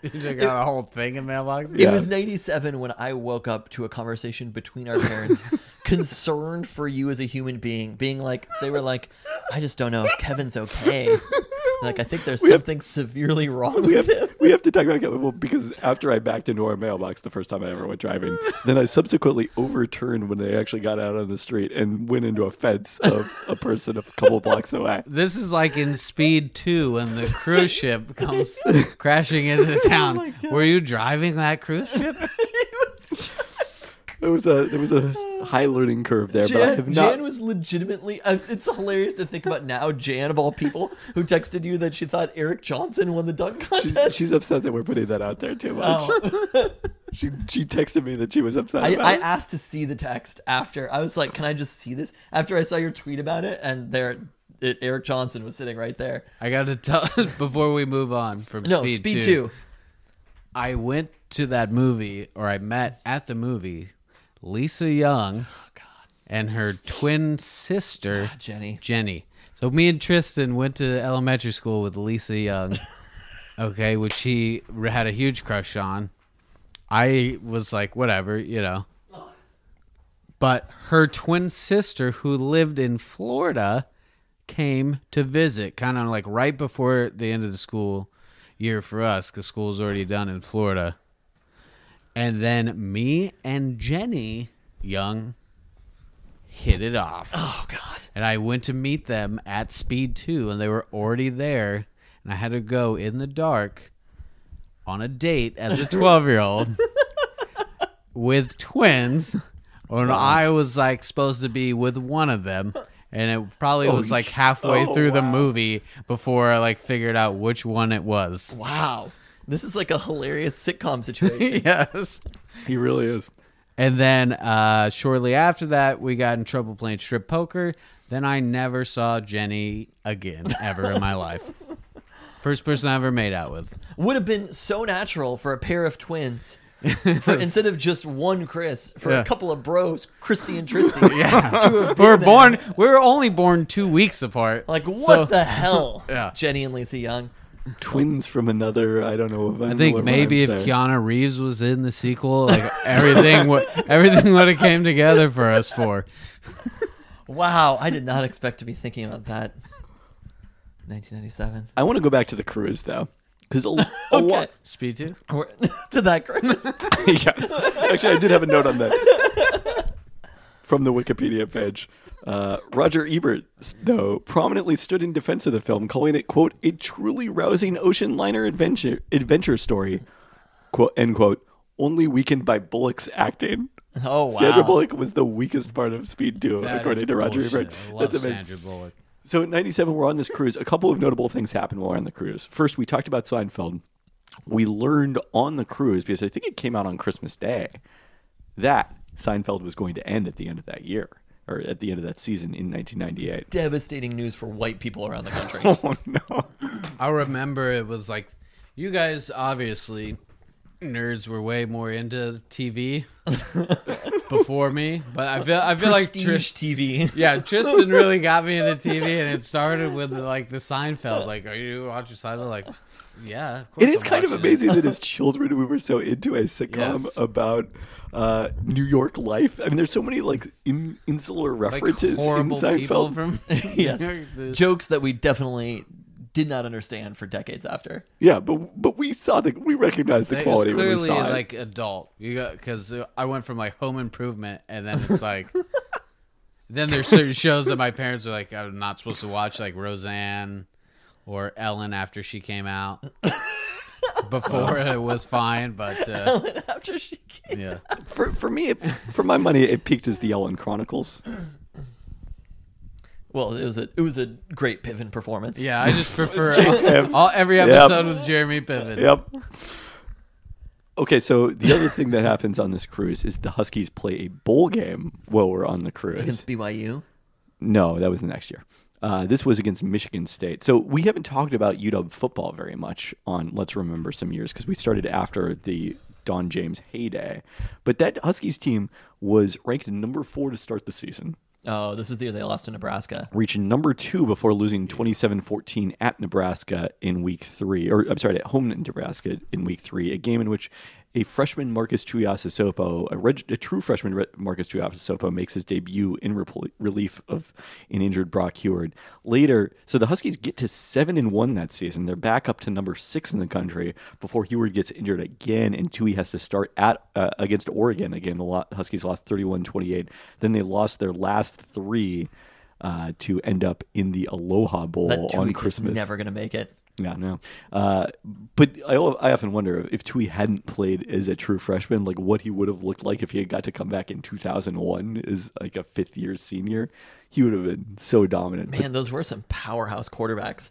Speaker 4: you just got a whole thing in mailboxes.
Speaker 2: Yeah.
Speaker 3: It was 97 when I woke up to a conversation between our parents, concerned for you as a human being, being like, they were like, I just don't know if Kevin's okay. Like, I think there's
Speaker 2: have-
Speaker 3: something severely wrong
Speaker 2: we
Speaker 3: with
Speaker 2: have
Speaker 3: him.
Speaker 2: we have to talk about well, because after I backed into our mailbox the first time I ever went driving, then I subsequently overturned when they actually got out on the street and went into a fence of a person a couple blocks away.
Speaker 4: This is like in Speed 2 when the cruise ship comes crashing into the
Speaker 3: Oh
Speaker 4: town. Were you driving that cruise ship?
Speaker 2: There was a there was a high learning curve there, but I have
Speaker 3: Jan,
Speaker 2: not.
Speaker 3: Jan was legitimately. I- It's hilarious to think about now. Jan, of all people, who texted you that she thought Eric Johnson won the dunk contest.
Speaker 2: she's, she's upset that we're putting that out there too much.
Speaker 3: Oh.
Speaker 2: She she texted me that she was upset.
Speaker 3: I,
Speaker 2: about
Speaker 3: I
Speaker 2: it.
Speaker 3: asked to see the text after. I was like, "Can I just see this?" After I saw your tweet about it, and there, it, Eric Johnson was sitting right there.
Speaker 4: I got to tell before we move on from
Speaker 3: No,
Speaker 4: Speed,
Speaker 3: Speed,
Speaker 4: 2,
Speaker 3: Two.
Speaker 4: I went to that movie or I met at the movie Lisa Young
Speaker 3: Oh,
Speaker 4: and her twin sister
Speaker 3: Jenny.
Speaker 4: Jenny. So me and Tristan went to elementary school with Lisa Young, okay, which he r- had a huge crush on. I was like, whatever, you know. But her twin sister, who lived in Florida, came to visit, kind of like right before the end of the school year for us, because school's already done in Florida. And then me and Jenny Young hit it off.
Speaker 3: Oh God.
Speaker 4: And I went to meet them at Speed 2, and they were already there. And I had to go in the dark on a date as a 12 year old with twins. When I was like supposed to be with one of them. And it probably was like halfway
Speaker 2: oh,
Speaker 4: through the movie before I like figured out which one it was.
Speaker 3: Wow. This is like a hilarious sitcom situation.
Speaker 4: yes.
Speaker 2: he really is.
Speaker 4: And then uh, shortly after that, we got in trouble playing strip poker. Then I never saw Jenny again ever in my life. First person I ever made out with.
Speaker 3: Would have been so natural for a pair of twins. For, instead of just one Chris, for
Speaker 4: Yeah.
Speaker 3: a couple of bros, Christy and Tristy, to have
Speaker 4: We were
Speaker 3: been there.
Speaker 4: born. We were only born two weeks apart.
Speaker 3: Like what
Speaker 4: So,
Speaker 3: the hell?
Speaker 4: Yeah.
Speaker 3: Jenny and Lisa Young.
Speaker 2: Twins from another. I don't know. If
Speaker 4: I think maybe if Keanu Reeves was in the sequel, like everything, would everything would have came together for us four.
Speaker 3: Wow, I did not expect to be thinking about that. 1997.
Speaker 2: I want to go back to the cruise though, because a, a lot.
Speaker 4: Speed two.
Speaker 3: We're- to that Chris.
Speaker 2: yes. Actually, I did have a note on that from the Wikipedia page. Uh, Roger Ebert, though, prominently stood in defense of the film, calling it, quote, a truly rousing ocean liner adventure, adventure story, quote, end quote, only weakened by Bullock's acting.
Speaker 3: Oh wow.
Speaker 2: Sandra Bullock was the weakest part of Speed 2, according to Roger Ebert.
Speaker 4: I love
Speaker 2: That's amazing.
Speaker 4: Sandra Bullock.
Speaker 2: So in 97, we're on this cruise. A couple of notable things happened while we're on the cruise. First, we talked about Seinfeld. We learned on the cruise, because I think it came out on Christmas Day, that Seinfeld was going to end at the end of that year, or at the end of that season in 1998.
Speaker 3: Devastating news for white people around the country.
Speaker 2: Oh, no.
Speaker 4: I remember it was like, you guys obviously nerds were way more into TV before me, but I feel I feel like
Speaker 3: Prestige
Speaker 4: Trish.
Speaker 3: TV.
Speaker 4: Yeah, Tristan really got me into TV, and it started with like the Seinfeld. Like, are you watching Seinfeld? Like, yeah, of course.
Speaker 2: It is
Speaker 4: I'm
Speaker 2: kind of
Speaker 4: watching
Speaker 2: amazing that as children we were so into a sitcom
Speaker 4: Yes.
Speaker 2: about uh, New York life. I mean, there's so many like in, insular
Speaker 4: Like
Speaker 2: references in
Speaker 4: horrible people
Speaker 2: Seinfeld.
Speaker 4: from
Speaker 3: yes.
Speaker 4: The-
Speaker 3: Jokes that we definitely did not understand for decades after.
Speaker 2: Yeah, but but we saw the we recognized the
Speaker 4: It's
Speaker 2: quality when we
Speaker 4: clearly
Speaker 2: saw it.
Speaker 4: like adult. You got because I went from like Home Improvement, and then it's like, then there's certain shows that my parents are like, I'm not supposed to watch, like Roseanne or Ellen after she came out. Before it was fine, but uh,
Speaker 3: after she came.
Speaker 4: yeah,
Speaker 2: for for me, it, for my money, it peaked as the Ellen Chronicles.
Speaker 3: Well, it was a it was a great Piven performance.
Speaker 4: yeah. I just prefer
Speaker 2: Jacob.
Speaker 4: all, all- every episode with Jeremy Piven.
Speaker 2: Yep. Okay, so the other thing that happens on this cruise is the Huskies play a bowl game while we're on the cruise.
Speaker 3: Against BYU.
Speaker 2: No, that was the next year. Uh, this was against Michigan State. So we haven't talked about UW football very much on Let's Remember Some Years because we started after the Don James heyday. But that Huskies team was ranked number four to start the season,
Speaker 3: Oh, this is the year they lost to Nebraska.
Speaker 2: reaching number two before losing 27 14 at Nebraska in week three, or I'm sorry, at home in Nebraska in week three, a game in which a freshman Marcus Tuiasosopo, a, reg- a true freshman Re- Marcus Tuiasosopo, makes his debut in repl- relief of an injured Brock Heward. Later, so the Huskies get to seven and one that season. They're back up to number six in the country before Heward gets injured again, and Tui has to start at uh, against Oregon again. The lo- Huskies lost 31-28. Then they lost their last three uh, to end up in the Aloha Bowl
Speaker 3: That Tui
Speaker 2: on
Speaker 3: kid's
Speaker 2: Christmas.
Speaker 3: never gonna make it.
Speaker 2: Yeah, no. Uh, but I, al- I often wonder if Tui hadn't played as a true freshman, like what he would have looked like if he had got to come back in 2001 as like a fifth year senior. He would have been so dominant. But
Speaker 3: Man, those were some powerhouse quarterbacks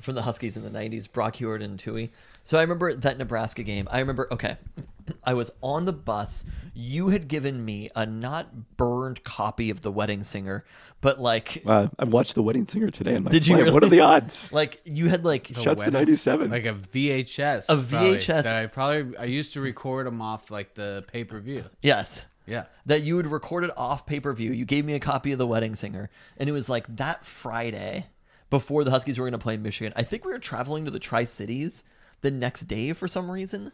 Speaker 3: from the Huskies in the 90s, Brock Heward and Tui. So I remember that Nebraska game. I remember, okay, I was on the bus. You had given me a not burned copy of The Wedding Singer, but like,
Speaker 2: uh, I watched The Wedding Singer today. And like,
Speaker 3: Did you
Speaker 2: "Man, What are
Speaker 3: really?"
Speaker 2: the odds?
Speaker 3: like you had like,
Speaker 4: The
Speaker 2: Shouts to
Speaker 4: weddings.
Speaker 2: 97.
Speaker 4: Like a VHS.
Speaker 3: A
Speaker 4: probably,
Speaker 3: VHS.
Speaker 4: that I probably I used to record them off like the pay per view.
Speaker 3: yes.
Speaker 4: Yeah.
Speaker 3: that you would record it off pay per view. You gave me a copy of The Wedding Singer, and it was like that Friday before the Huskies were going to play Michigan. I think we were traveling to the Tri Cities the next day for some reason.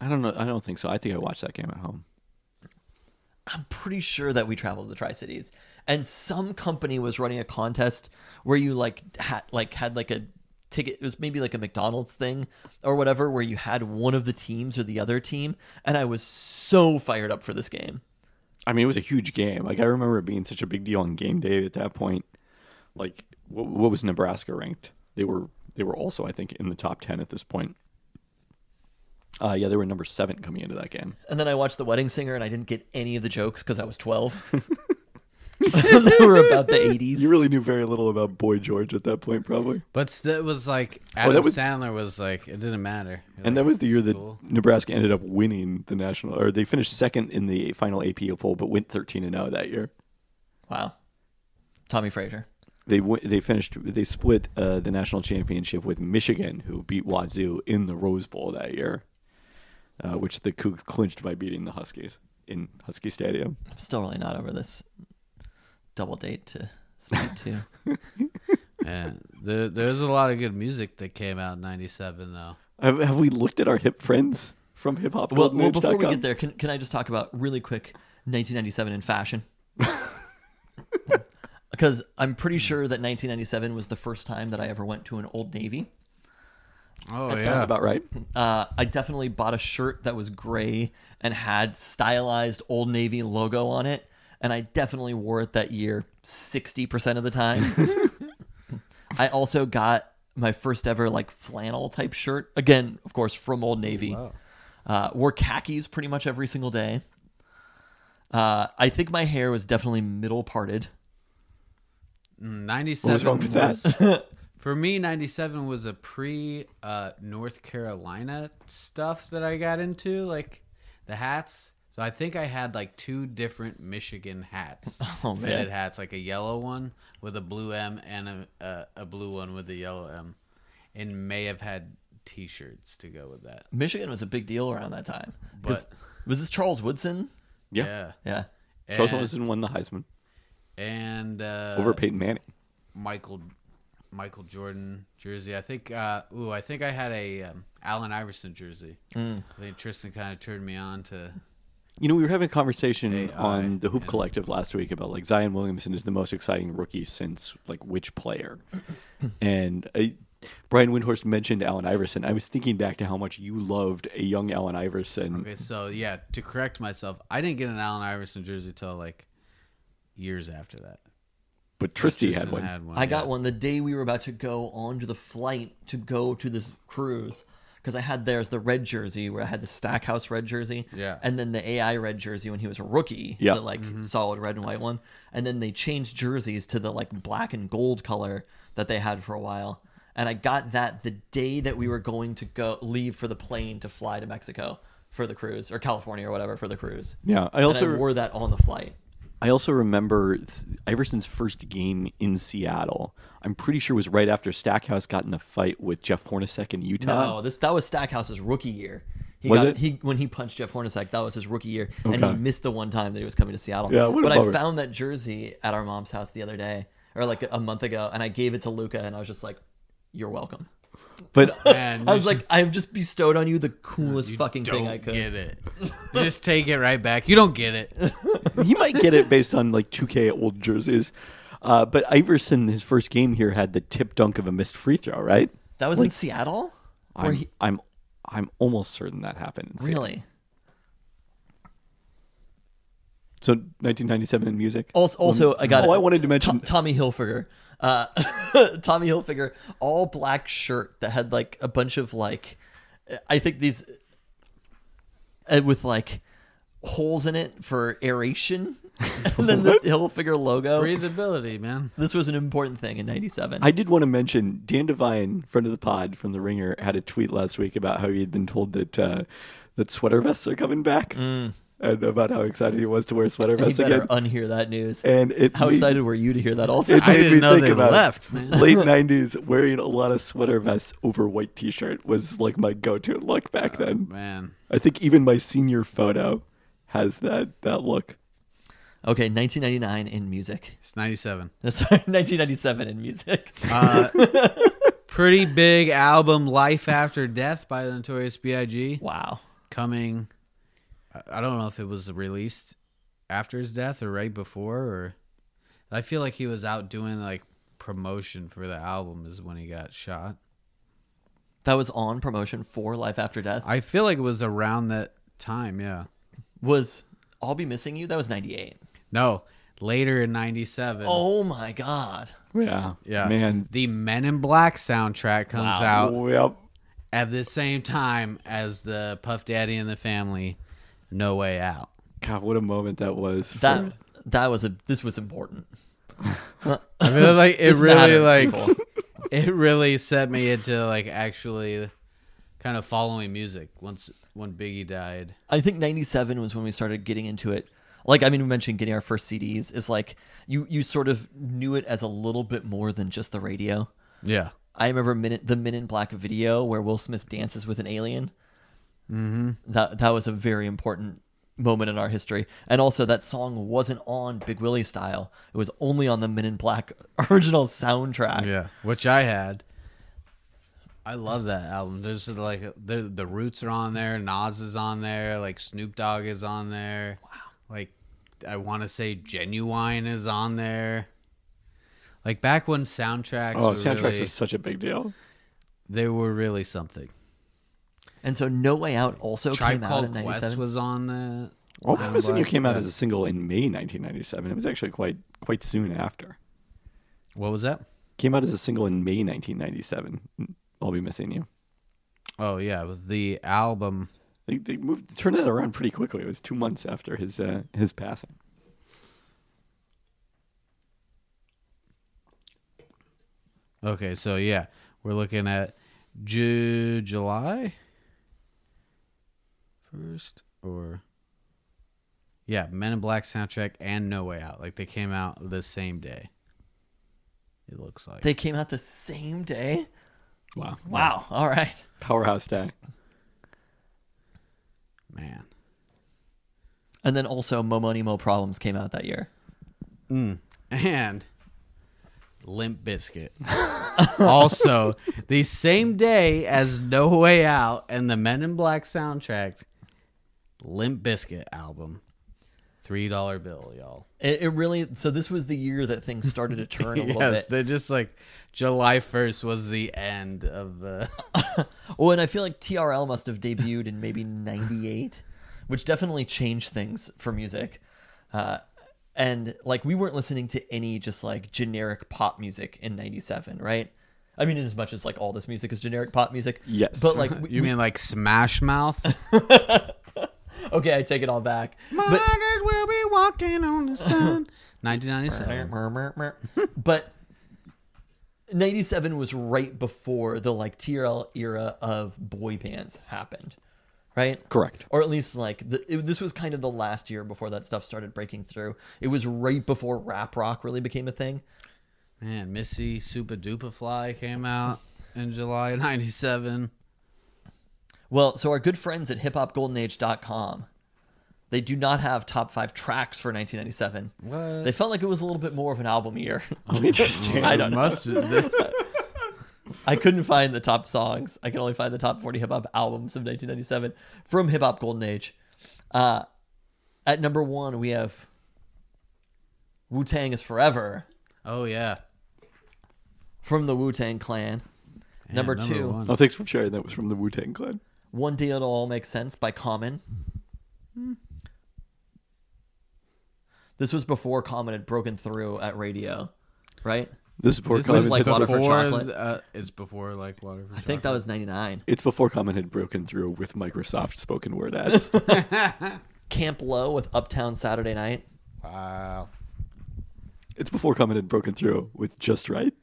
Speaker 2: I don't know. I don't think so. I think I watched that game at home.
Speaker 3: I'm pretty sure that we traveled to the Tri Cities, and some company was running a contest where you like had like had like a ticket. It was maybe like a McDonald's thing or whatever, where you had one of the teams or the other team. And I was so fired up for this game.
Speaker 2: I mean, it was a huge game. Like I remember it being such a big deal on game day at that point. Like, what, what was Nebraska ranked? They were they were also, I think, in the top ten at this point. Uh, yeah, they were number seven coming into that game.
Speaker 3: And then I watched The Wedding Singer, and I didn't get any of the jokes because I was 12. they were about the 80s.
Speaker 2: You really knew very little about Boy George at that point, probably.
Speaker 4: But st- it was like Adam
Speaker 2: Oh, was-
Speaker 4: Sandler was like it didn't matter.
Speaker 2: And that was the year that
Speaker 4: Cool.
Speaker 2: Nebraska ended up winning the national, or they finished second in the final AP poll, but went thirteen and zero that year.
Speaker 3: Wow. Tommy Frazier.
Speaker 2: they w- they finished they split uh, the national championship with Michigan, who beat Wazoo in the Rose Bowl that year, uh, which the Cougs clinched by beating the Huskies in Husky Stadium.
Speaker 3: I'm still really not over this double date to Speed 2.
Speaker 4: And there, there was a lot of good music that came out in '97 though.
Speaker 2: Have, have we looked at our hip friends from hip hop?
Speaker 3: well, well, before we get there, can, can I just talk about really quick 1997 in fashion? Because I'm pretty sure that 1997 was the first time that I ever went to an Old Navy.
Speaker 4: Oh
Speaker 2: that
Speaker 4: yeah.
Speaker 2: sounds about right.
Speaker 3: Uh, I definitely bought a shirt that was gray and had stylized Old Navy logo on it, and I definitely wore it that year sixty percent of the time. I also got my first ever like flannel type shirt again, of course, from Old Navy. Uh, wore khakis pretty much every single day. Uh, I think my hair was definitely middle parted.
Speaker 4: '97
Speaker 2: What was wrong with that?
Speaker 4: for me. '97 was a pre uh, North Carolina stuff that I got into, like the hats. So I think I had like two different Michigan hats,
Speaker 3: Oh,
Speaker 4: fitted
Speaker 3: man.
Speaker 4: hats, like a yellow one with a blue M and a uh, a blue one with a yellow M, and may have had T-shirts to go with that.
Speaker 3: Michigan was a big deal around that time. 'Cause-
Speaker 4: But-
Speaker 3: was this Charles Woodson?
Speaker 2: Yeah,
Speaker 4: Yeah.
Speaker 3: Yeah.
Speaker 2: Charles
Speaker 4: And-
Speaker 2: Wilson won the Heisman
Speaker 4: and uh,
Speaker 2: over Peyton Manning.
Speaker 4: Michael Michael Jordan jersey. I think uh, ooh, I think I had a um, Allen Iverson jersey.
Speaker 3: Mm.
Speaker 4: I think Tristan kind of turned me on to
Speaker 2: You know, we were having a conversation
Speaker 4: AI
Speaker 2: on the Hoop
Speaker 4: and-
Speaker 2: Collective last week about like Zion Williamson is the most exciting rookie since like which player, and I, Brian Windhorst mentioned Allen Iverson, I was thinking back to how much you loved a young Allen Iverson.
Speaker 4: Okay, so yeah, to correct myself, I didn't get an Allen Iverson jersey till like years after that.
Speaker 2: But Tristy had
Speaker 4: Tristan
Speaker 2: one.
Speaker 3: I got
Speaker 4: yeah.
Speaker 3: one the day we were about to go onto the flight to go to this cruise because I had theirs the red jersey where I had the Stackhouse red jersey,
Speaker 4: Yeah.
Speaker 3: and then the AI red jersey when he was a rookie,
Speaker 2: Yeah. Mm-hmm.
Speaker 3: the like solid red and white one, and then they changed jerseys to the like black and gold color that they had for a while, and I got that the day that we were going to go leave for the plane to fly to Mexico for the cruise or California or whatever for the cruise.
Speaker 2: Yeah, I also
Speaker 3: and I wore that on the flight.
Speaker 2: I also remember th- Iverson's first game in Seattle. I'm pretty sure was right after Stackhouse got in the fight with Jeff Hornacek in Utah.
Speaker 3: No, Oh, this that was Stackhouse's rookie year. He
Speaker 2: Uh-huh. Was
Speaker 3: got,
Speaker 2: it?
Speaker 3: He when he punched Jeff Hornacek, that was his rookie year, and he
Speaker 2: Okay.
Speaker 3: missed the one time that he was coming to Seattle.
Speaker 2: Yeah, what a
Speaker 3: but I
Speaker 2: bummer.
Speaker 3: found that jersey at our mom's house the other day, or like a month ago, and I gave it to Luca, and I was just like, "You're welcome."
Speaker 2: But
Speaker 4: Man,
Speaker 3: I
Speaker 4: you
Speaker 3: was like, "I have just bestowed on you the coolest fucking
Speaker 4: don't
Speaker 3: thing I could."
Speaker 4: get it. You just take it right back. You don't get it.
Speaker 2: he might get it based on like 2K old jerseys. Uh, but Iverson, his first game here had the tip dunk of a missed free throw, right?
Speaker 3: That was in
Speaker 2: Like,
Speaker 3: Seattle. Where
Speaker 2: I'm,
Speaker 3: he,
Speaker 2: I'm I'm almost certain that happened. in Seattle.
Speaker 3: really?
Speaker 2: So 1997 in music.
Speaker 3: Also, also I got.
Speaker 2: Oh,
Speaker 3: it.
Speaker 2: I wanted to mention-
Speaker 3: Tom- Tommy Hilfiger. Uh, Tommy Hilfiger, all black shirt that had like a bunch of like, I think these, uh, with like holes in it for aeration, and then the Hilfiger logo.
Speaker 4: Breathability, man.
Speaker 3: This was an important thing in '97.
Speaker 2: I did want to mention Dan Devine, friend of the pod from The Ringer, had a tweet last week about how he had been told that uh, that sweater vests are coming back, and about how excited he was to wear sweater
Speaker 3: You
Speaker 2: vests
Speaker 3: Mm. better
Speaker 2: again.
Speaker 3: unhear that news.
Speaker 2: and it
Speaker 3: How
Speaker 2: made-
Speaker 3: excited were you to hear that? Also,
Speaker 2: It
Speaker 4: I
Speaker 2: made
Speaker 4: didn't
Speaker 2: me
Speaker 4: know
Speaker 2: think
Speaker 4: they
Speaker 2: about it.
Speaker 4: left, man.
Speaker 2: late '90s wearing a lot of sweater vests over white t-shirt was like my go-to look back then.
Speaker 4: Oh, Man.
Speaker 2: I think even my senior photo has that that look.
Speaker 3: okay, 1999 in music.
Speaker 4: It's 97.
Speaker 3: Sorry, 1997 in music.
Speaker 4: Pretty big album, Life After Death by the Notorious B.I.G.
Speaker 3: wow.
Speaker 4: Coming, I- I don't know if it was released after his death or right before, or I feel like he was out doing like promotion for the album is when he got shot.
Speaker 3: That was on promotion for Life After Death.
Speaker 4: I feel like it was around that time, yeah.
Speaker 3: was I'll Be Missing You. That was 98.
Speaker 4: No, later in 97.
Speaker 3: Oh my God.
Speaker 2: Yeah,
Speaker 4: yeah.
Speaker 2: man.
Speaker 4: The Men in Black soundtrack comes out.
Speaker 2: Yep.
Speaker 4: at the same time as the Puff Daddy and the Family, No Way Out.
Speaker 2: God, what a moment that was. for-
Speaker 3: That that was a this was important.
Speaker 4: I feel like it
Speaker 3: This
Speaker 4: really
Speaker 3: mattered,
Speaker 4: like
Speaker 3: people.
Speaker 4: it really set me into like actually kind of following music once when Biggie died.
Speaker 3: I think 97 was when we started getting into it. Like I mean we mentioned getting our first CDs is like you you sort of knew it as a little bit more than just the radio.
Speaker 4: Yeah.
Speaker 3: I remember Men, the Men in Black video where Will Smith dances with an alien. Mm-hmm. That that was a very important moment in our history, and also that song wasn't on Big Willie style. It was only on the Men in Black original soundtrack.
Speaker 4: Yeah. Which I had. I love that album. There's like the the Roots are on there, Nas is on there, like Snoop Dogg is on there. Wow. Like I want to say Genuine is on there. Like back when soundtracks
Speaker 2: oh,
Speaker 4: were
Speaker 2: soundtracks
Speaker 4: really,
Speaker 2: was such a big deal.
Speaker 4: they were really something.
Speaker 3: And so No Way Out also
Speaker 4: Tribe
Speaker 3: came out in
Speaker 4: Called Quest
Speaker 3: 97.
Speaker 4: was on that.
Speaker 2: All that was
Speaker 4: Black,
Speaker 2: you came out
Speaker 4: yeah.
Speaker 2: as a single in May 1997. It was actually quite quite soon after.
Speaker 4: What was that?
Speaker 2: Came out as a single in May 1997. I'll be missing you.
Speaker 4: Oh yeah, it was the album.
Speaker 2: They, they moved turned that around pretty quickly. It was two months after his uh, his passing.
Speaker 4: Okay, so yeah, we're looking at Ju- July first or yeah, Men in Black soundtrack and No Way Out. Like they came out the same day. It looks like.
Speaker 3: they came out the same day.
Speaker 2: Wow,
Speaker 3: Wow. All right.
Speaker 2: powerhouse day.
Speaker 4: Man,
Speaker 3: And then also Mo Money Mo Problems came out that year.
Speaker 4: and Limp Biscuit. also, the same day as No Way Out and the Men in Black soundtrack, Limp Biscuit album Three dollar bill, y'all.
Speaker 3: It, it really. So this was the year that things started to turn a little
Speaker 4: Yes,
Speaker 3: bit.
Speaker 4: they're just like July first was the end of the.
Speaker 3: Well, Oh, and I feel like TRL must have debuted in maybe '98, which definitely changed things for music. Uh, and like we weren't listening to any just like generic pop music in '97, right? I mean, in as much as like all this music is generic pop music.
Speaker 2: Yes.
Speaker 3: But like, we,
Speaker 4: You mean like Smash Mouth?
Speaker 3: okay, I take it all back. But
Speaker 4: Miners will be walking on the sun. 1997.
Speaker 3: but 97 was right before the like TRL era of boy bands happened, right?
Speaker 2: Correct.
Speaker 3: Or at least like the, it, this was kind of the last year before that stuff started breaking through. It was right before rap rock really became a thing.
Speaker 4: Man, Missy Super Duper Fly came out in July '97.
Speaker 3: Well, so our good friends at hiphopgoldenage.com, they do not have top 5 tracks for 1997.
Speaker 4: What?
Speaker 3: They felt like it was a little bit more of an album year.
Speaker 2: Interesting.
Speaker 3: I don't know.
Speaker 4: Must this,
Speaker 3: I couldn't find the top songs. I can only find the top 40 hip hop albums of 1997 from Hip Hop Golden Age. Uh, at number one, we have Wu Tang is Forever
Speaker 4: Oh yeah.
Speaker 3: from the Wu Tang Clan.
Speaker 4: Man,
Speaker 3: Number two.
Speaker 4: one.
Speaker 2: Oh, thanks for sharing. That was from the Wu Tang Clan.
Speaker 3: One Day It'll All Make Sense by Common. This was before Common had broken through at radio, right?
Speaker 2: This is poor
Speaker 4: This
Speaker 2: Common.
Speaker 4: is like
Speaker 2: had
Speaker 3: Water
Speaker 2: broken-
Speaker 3: for
Speaker 4: before.
Speaker 3: Chocolate.
Speaker 4: Uh, it's before like water for
Speaker 3: I think that was 99.
Speaker 2: it's before Common had broken through with Microsoft spoken word ads.
Speaker 3: Camp Low with Uptown Saturday Night.
Speaker 4: Wow.
Speaker 2: it's before Common had broken through with Just Right.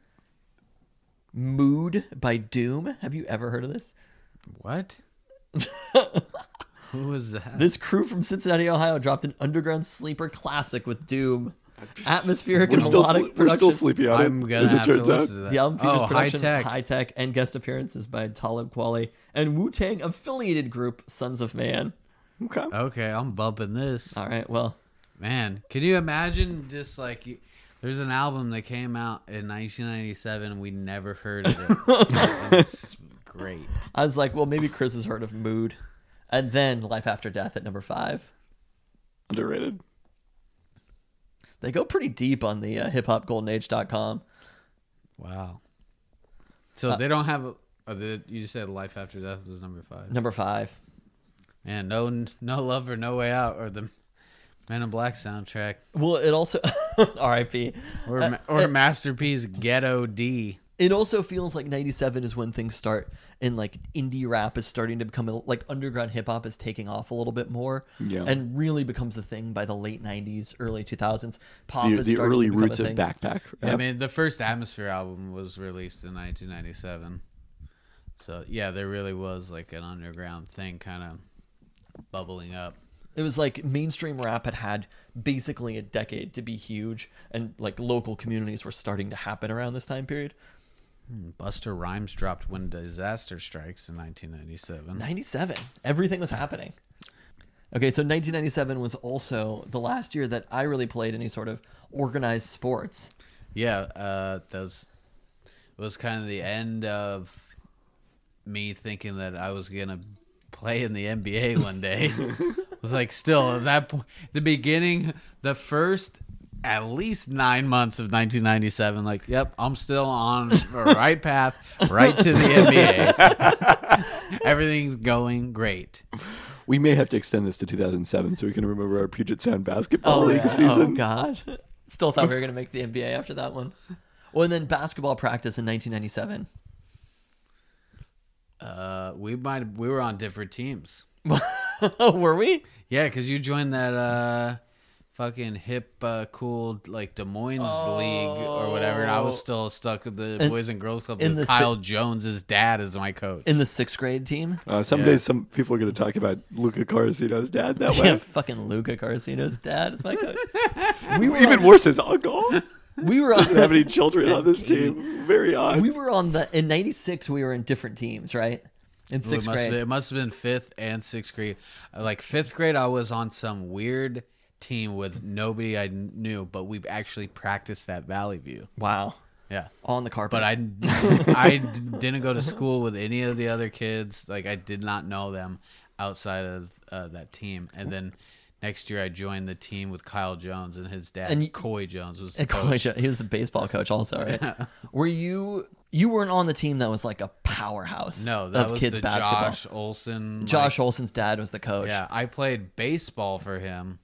Speaker 3: Mood by Doom. Have you ever heard of this?
Speaker 4: What? Who was that?
Speaker 3: This crew from Cincinnati, Ohio, dropped an underground sleeper classic with Doom, atmospheric
Speaker 2: We're
Speaker 3: and
Speaker 2: still,
Speaker 3: melodic
Speaker 2: sle- we're
Speaker 3: production.
Speaker 2: still sleepy on it.
Speaker 4: I'm gonna
Speaker 2: as it
Speaker 4: have to
Speaker 2: turns out.
Speaker 4: listen to that.
Speaker 3: The album features
Speaker 4: oh, high
Speaker 3: production,
Speaker 4: tech.
Speaker 3: and guest appearances by Talib Kweli and Wu Tang affiliated group Sons of Man.
Speaker 2: Okay.
Speaker 4: okay, I'm bumping this.
Speaker 3: All right, well,
Speaker 4: Man, can you imagine just like you, there's an album that came out in 1997 we never heard of it. And it's great.
Speaker 3: I was like, well, maybe Chris has heard of Mood, and then Life After Death at number five.
Speaker 2: Underrated.
Speaker 3: They go pretty deep on the uh, hiphopgoldenage.com.
Speaker 4: Wow. So they don't have a, oh, the, you just said Life After Death was number 5.
Speaker 3: Number five.
Speaker 4: Man, no no love or no way out or the Men in Black soundtrack
Speaker 3: Well, it also R.I.P.
Speaker 4: or ma- or masterpiece Ghetto D.
Speaker 3: it also feels like 97 is when things start and like indie rap is starting to become like underground hip hop is taking off a little bit more
Speaker 2: Yeah.
Speaker 3: and really becomes a thing by the late 90s early 2000s pop
Speaker 2: The,
Speaker 3: is
Speaker 2: the
Speaker 3: starting
Speaker 2: early
Speaker 3: to become
Speaker 2: roots
Speaker 3: a
Speaker 2: of
Speaker 3: thing.
Speaker 2: backpack.
Speaker 4: I
Speaker 2: rap.
Speaker 4: mean, the first Atmosphere album was released in 1997. So, yeah, there really was like an underground thing kind of bubbling up.
Speaker 3: it was like mainstream rap had had basically a decade to be huge and like local communities were starting to happen around this time period
Speaker 4: Buster Rhymes dropped When Disaster Strikes in 1997.
Speaker 3: 97 everything was happening okay so 1997 was also the last year that i really played any sort of organized sports
Speaker 4: Yeah, uh, that was, was kind of the end of me thinking that I was going to play in the NBA one day. It was like, still, at that point, the beginning, the first at least nine months of 1997, like, yep, I'm still on the right path, right to the NBA. Everything's going great.
Speaker 2: we may have to extend this to 2007 so we can remember our Puget Sound basketball league
Speaker 3: yeah.
Speaker 2: season.
Speaker 3: Oh god. Still thought we were gonna make the NBA after that one. Well, and then basketball practice in 1997.
Speaker 4: Uh, we might, we were on different teams.
Speaker 3: Oh, were we?
Speaker 4: Yeah, because you joined that uh, fucking hip, uh, cool, like Des Moines league or whatever, and I was still stuck with the Boys and Girls Club
Speaker 3: in
Speaker 4: with
Speaker 3: the si-
Speaker 4: Kyle Jones's dad as my coach.
Speaker 3: In the sixth grade team.
Speaker 2: Uh, some
Speaker 4: Yeah.
Speaker 2: days, some people are going to talk about Luca Carosino's dad that
Speaker 3: Yeah,
Speaker 2: way.
Speaker 3: fucking Luca Carcino's dad is my coach.
Speaker 2: We were Even worse, his uncle
Speaker 3: We were
Speaker 2: doesn't have
Speaker 3: on,
Speaker 2: any children on this team. Very odd.
Speaker 3: we were on the in '96. We were in different teams, right? In
Speaker 4: Well, it
Speaker 3: sixth
Speaker 4: must have been-
Speaker 3: grade.
Speaker 4: it must have been fifth and sixth grade. Uh, Like fifth grade, I was on some weird team with nobody I kn- knew, but we actually practiced at Valley View.
Speaker 3: Wow.
Speaker 4: Yeah.
Speaker 3: On the carpet.
Speaker 4: But I, I d- didn't go to school with any of the other kids. Like I did not know them outside of uh, that team. And then Next year, I joined the team with Kyle Jones and his dad,
Speaker 3: And y-
Speaker 4: Coy Jones, was the
Speaker 3: And Coy
Speaker 4: coach.
Speaker 3: Jo- he was the baseball coach also, right? Were you you weren't on the team that was like a powerhouse?
Speaker 4: No, that
Speaker 3: of
Speaker 4: was
Speaker 3: kids
Speaker 4: the
Speaker 3: basketball.
Speaker 4: Josh Olson.
Speaker 3: Josh Olson's dad was the coach.
Speaker 4: yeah, I played baseball for him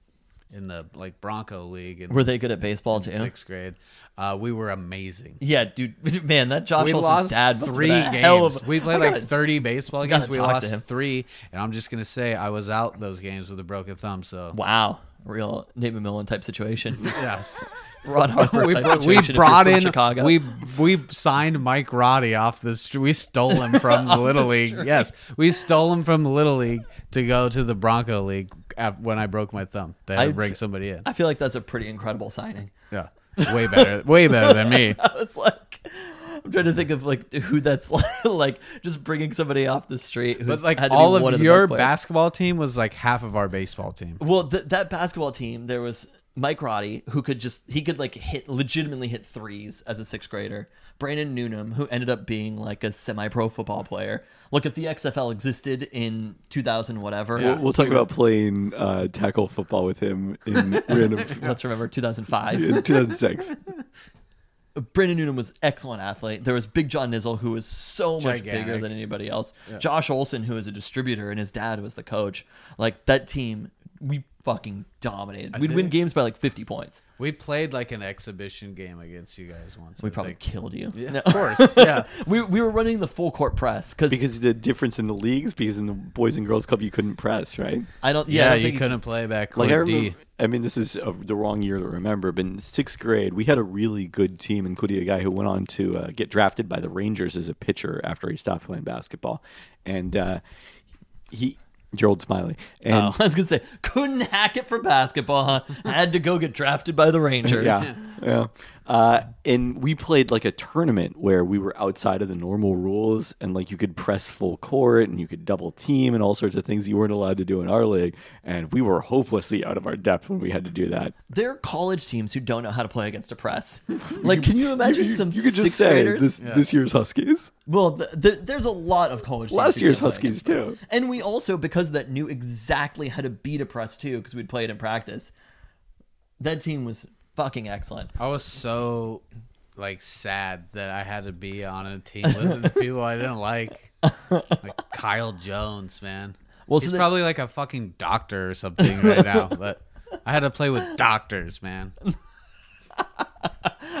Speaker 4: in the like Bronco League in
Speaker 3: Were they good at baseball too?
Speaker 4: sixth grade. Uh, we were amazing.
Speaker 3: Yeah, dude, man, that Josh
Speaker 4: we
Speaker 3: Olson's
Speaker 4: lost
Speaker 3: dad must
Speaker 4: three
Speaker 3: have been a Oh hell
Speaker 4: games.
Speaker 3: of.
Speaker 4: we played
Speaker 3: I
Speaker 4: like
Speaker 3: gotta-
Speaker 4: 30 baseball
Speaker 3: gotta
Speaker 4: games. We
Speaker 3: talk to
Speaker 4: lost
Speaker 3: him.
Speaker 4: three, and I'm just gonna say I was out those games with a broken thumb. So
Speaker 3: wow, real Nate McMillan type situation.
Speaker 4: yes,
Speaker 3: Ron Harper
Speaker 4: we,
Speaker 3: type
Speaker 4: br-
Speaker 3: situation
Speaker 4: we
Speaker 3: if you're
Speaker 4: brought
Speaker 3: from
Speaker 4: in
Speaker 3: Chicago.
Speaker 4: we we signed Mike Roddy off the street. We stole him from the Little
Speaker 3: the
Speaker 4: League.
Speaker 3: street.
Speaker 4: Yes, we stole him from the Little League to go to the Bronco League af- when I broke my thumb. They had to
Speaker 3: I'd-
Speaker 4: bring somebody in.
Speaker 3: I feel like that's a pretty incredible signing.
Speaker 4: Yeah, way better, way better than me.
Speaker 3: I was like, I'm trying to think of like who that's like, like just bringing somebody off the street who's
Speaker 4: But like
Speaker 3: had to
Speaker 4: all
Speaker 3: be one
Speaker 4: of
Speaker 3: of the
Speaker 4: your
Speaker 3: best players.
Speaker 4: basketball team was like half of our baseball team.
Speaker 3: Well, th- that basketball team, there was Mike Roddy, who could just he could like hit legitimately hit threes as a sixth grader. Brandon Newnham, who ended up being like a semi-pro football player. Look, if the XFL existed in 2000, whatever,
Speaker 2: We'll, we'll talk about playing uh, tackle football with him in random
Speaker 3: let's remember 2005.
Speaker 2: in 2006.
Speaker 3: Brandon Newnham was excellent athlete. There was Big John Nizzle, who was so much
Speaker 4: Gigantic.
Speaker 3: bigger than anybody else. Josh Olson, who was a distributor, and his dad was the coach. Like that team, we fucking dominated. We'd win
Speaker 4: think-
Speaker 3: games by like 50 points.
Speaker 4: We played like an exhibition game against you guys once.
Speaker 3: We
Speaker 4: I
Speaker 3: probably
Speaker 4: think.
Speaker 3: killed you.
Speaker 4: Yeah,
Speaker 3: No.
Speaker 4: of course, yeah.
Speaker 3: we, we were running the full court press because
Speaker 2: Because the difference in the leagues, because in the Boys and Girls Club, you couldn't press, right?
Speaker 3: I don't. Yeah, I
Speaker 4: Yeah,
Speaker 3: don't
Speaker 4: you
Speaker 3: think-
Speaker 4: couldn't play back
Speaker 2: Like I
Speaker 4: court
Speaker 2: remember,
Speaker 4: D.
Speaker 2: I mean, this is uh the wrong year to remember, but in sixth grade, we had a really good team, including a guy who went on to uh, get drafted by the Rangers as a pitcher after he stopped playing basketball, and uh, he Gerald Smiley, and
Speaker 3: Oh, I was gonna say couldn't hack it for basketball. Huh? Had to go get drafted by the Rangers.
Speaker 2: yeah, yeah. Uh, and we played like a tournament where we were outside of the normal rules, and like you could press full court and you could double team and all sorts of things you weren't allowed to do in our league, and we were hopelessly out of our depth when we had to do that.
Speaker 3: There are college teams who don't know how to play against a press. Like, can you imagine
Speaker 2: you,
Speaker 3: some
Speaker 2: you could just
Speaker 3: sixth
Speaker 2: say
Speaker 3: graders?
Speaker 2: this, this year's Huskies.
Speaker 3: Well, th- th- there's a lot of college. teams
Speaker 2: Last
Speaker 3: who
Speaker 2: year's
Speaker 3: can't play against
Speaker 2: Huskies, too.
Speaker 3: press. And we also because that knew exactly how to beat a press too, because we'd play it in practice. That team was fucking excellent.
Speaker 4: I was so like sad that I had to be on a team with the people I didn't like, like Kyle Jones, man.
Speaker 3: Well,
Speaker 4: Well,
Speaker 3: so
Speaker 4: he's
Speaker 3: the-
Speaker 4: probably like a fucking doctor or something right now, but. I had to play with doctors, man.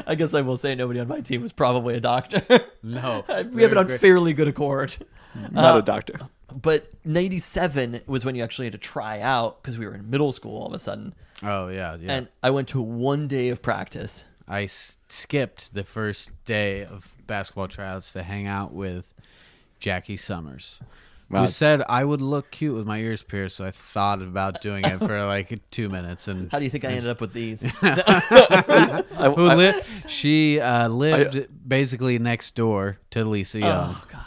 Speaker 3: I guess I will say nobody on my team was probably a doctor.
Speaker 4: No,
Speaker 3: we have an
Speaker 4: they're great.
Speaker 3: unfairly good accord.
Speaker 2: Not
Speaker 3: Uh,
Speaker 2: a doctor.
Speaker 3: But 97 was when you actually had to try out because we were in middle school all of a sudden.
Speaker 4: Oh yeah, yeah.
Speaker 3: And I went to one day of practice.
Speaker 4: I s- skipped the first day of basketball tryouts to hang out with Jackie Summers,
Speaker 2: Wow.
Speaker 4: who said I would look cute with my ears pierced. So I thought about doing it for like two minutes, and
Speaker 3: How do you think I ended up with these?
Speaker 2: I,
Speaker 4: who
Speaker 2: I-
Speaker 4: li- she uh, lived basically next door to Lisa Young.
Speaker 3: oh, God.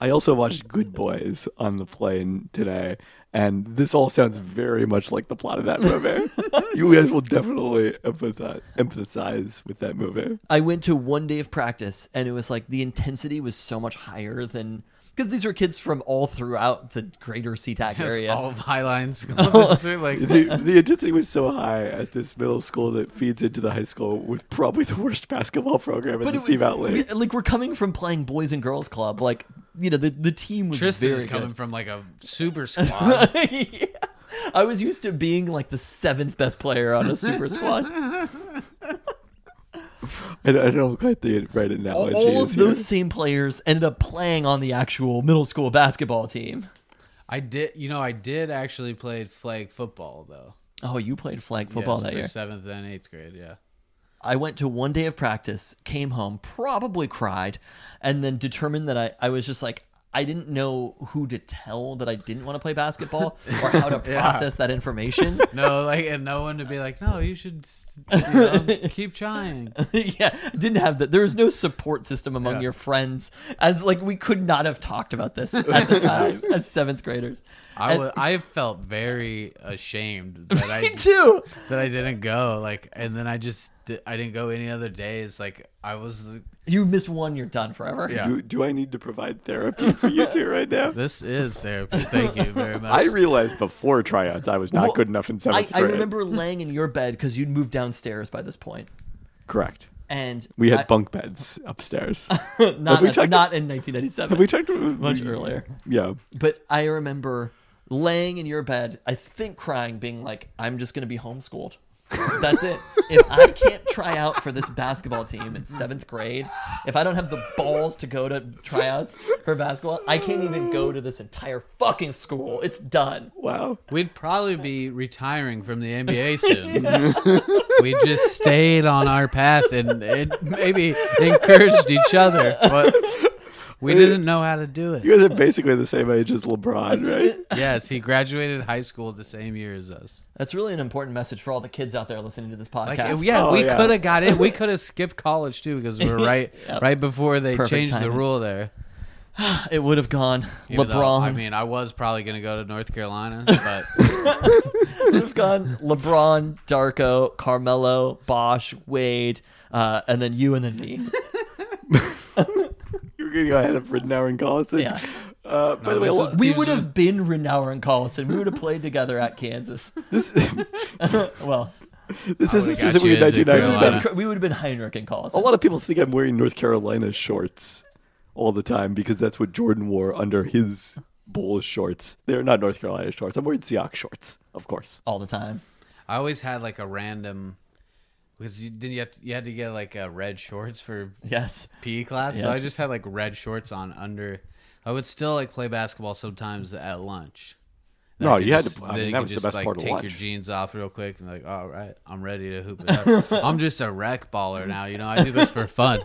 Speaker 2: I also watched Good Boys on the plane today, and this all sounds very much like the plot of that movie. you guys will definitely empathize, empathize with that movie.
Speaker 3: I went to one day of practice and it was like the intensity was so much higher than. Because these were kids from all throughout the greater SeaTac
Speaker 4: That's
Speaker 3: area.
Speaker 4: All of Highline's like
Speaker 2: The, the intensity was so high at this middle school that feeds into the high school with probably the worst basketball program in the
Speaker 3: but it was,
Speaker 2: Seamount
Speaker 3: we-
Speaker 2: League.
Speaker 3: like we're coming from playing Boys and Girls Club. Like, you know, the, the team was
Speaker 4: Tristan
Speaker 3: very
Speaker 4: is coming
Speaker 3: good.
Speaker 4: from like a super squad.
Speaker 3: Yeah. I was used to being like the seventh best player on a super squad.
Speaker 2: I, I don't quite the right analogy.
Speaker 3: all, all
Speaker 2: is
Speaker 3: of
Speaker 2: here.
Speaker 3: those same players ended up playing on the actual middle school basketball team.
Speaker 4: I did, you know, I did actually play flag football though.
Speaker 3: Oh, you played flag
Speaker 4: Yes,
Speaker 3: football that
Speaker 4: for
Speaker 3: year.
Speaker 4: seventh and eighth grade. Yeah.
Speaker 3: I went to one day of practice, came home, probably cried, and then determined that I, I was just like, I didn't know who to tell that I didn't want to play basketball or how to process that information.
Speaker 4: No, like, and no one to be like, no, you should you know, keep trying.
Speaker 3: yeah, didn't have that. There was no support system among
Speaker 4: Yeah.
Speaker 3: your friends. As like, we could not have talked about this at the time as seventh graders.
Speaker 4: I
Speaker 3: And-
Speaker 4: wa- I felt very ashamed that I
Speaker 3: me too.
Speaker 4: that I didn't go. Like, and then I just di- I didn't go any other days. Like I was.
Speaker 3: You miss one, you're done forever.
Speaker 4: Yeah.
Speaker 2: Do, do I need to provide therapy for you two right now?
Speaker 4: This is therapy. Thank you very much.
Speaker 2: I realized before tryouts I was not
Speaker 3: Well,
Speaker 2: good enough in
Speaker 3: I,
Speaker 2: seventh
Speaker 3: I
Speaker 2: grade.
Speaker 3: remember laying in your bed because you'd moved downstairs by this point,
Speaker 2: Correct.
Speaker 3: and
Speaker 2: We had
Speaker 3: I-
Speaker 2: bunk beds upstairs.
Speaker 3: not,
Speaker 2: we
Speaker 3: at-
Speaker 2: talked-
Speaker 3: not in 1997.
Speaker 2: Have we talked about
Speaker 3: much earlier.
Speaker 2: Yeah.
Speaker 3: But I remember laying in your bed, I think crying, being like, I'm just going to be homeschooled. That's it. If I can't try out for this basketball team in seventh grade, if I don't have the balls to go to tryouts for basketball, I can't even go to this entire fucking school. It's done.
Speaker 2: Wow.
Speaker 4: We'd probably be retiring from the NBA soon. We just stayed on our path and, and maybe encouraged each other, but we didn't know how to do it.
Speaker 2: You guys are basically the same age as LeBron, right?
Speaker 4: Yes, he graduated high school the same year as us.
Speaker 3: That's really an important message for all the kids out there listening to this podcast.
Speaker 4: Like, yeah,
Speaker 2: Oh,
Speaker 4: we
Speaker 2: yeah.
Speaker 4: could have got it. We could have skipped college too because we were right
Speaker 3: Yep.
Speaker 4: right before they
Speaker 3: Perfect
Speaker 4: changed the
Speaker 3: timing.
Speaker 4: rule there.
Speaker 3: It would have gone
Speaker 4: Even
Speaker 3: LeBron.
Speaker 4: though, I mean, I was probably going to go to North Carolina, but
Speaker 3: would have gone LeBron, Darko, Carmelo, Bosch, Wade, uh, and then you and then me.
Speaker 2: You're getting ahead of Ridenour and Collison.
Speaker 3: Yeah.
Speaker 2: Uh, by the way,
Speaker 4: this
Speaker 2: lo-
Speaker 4: is-
Speaker 3: We
Speaker 4: Teams
Speaker 3: would
Speaker 4: would-
Speaker 3: have been Renauer and Collison. We would have played together at Kansas.
Speaker 2: this,
Speaker 3: Well,
Speaker 2: this isn't
Speaker 4: would've got
Speaker 2: specifically
Speaker 4: you into
Speaker 2: 1997.
Speaker 4: Carolina.
Speaker 3: we would have been Heinrich and Collison.
Speaker 2: A lot of people think I'm wearing North Carolina shorts all the time because that's what Jordan wore under his Bulls shorts. They're not North Carolina shorts. I'm wearing Seahawks shorts, of course.
Speaker 3: all the time.
Speaker 4: I always had like a random because you didn't you, have to, you had to get like uh, red shorts for
Speaker 3: Yes.
Speaker 4: PE class, so I
Speaker 3: Yes.
Speaker 4: just had like red shorts on under. I would still like play basketball sometimes at lunch. Then
Speaker 2: No,
Speaker 4: I could
Speaker 2: you had
Speaker 4: just-
Speaker 2: to- I
Speaker 4: then
Speaker 2: mean,
Speaker 4: you
Speaker 2: that
Speaker 4: could
Speaker 2: was the
Speaker 4: just,
Speaker 2: best
Speaker 4: like,
Speaker 2: part of
Speaker 4: Take your
Speaker 2: lunch.
Speaker 4: jeans off real quick and like, all right, I'm ready to hoop it up. I'm just a rec baller now. You know, I do this for fun.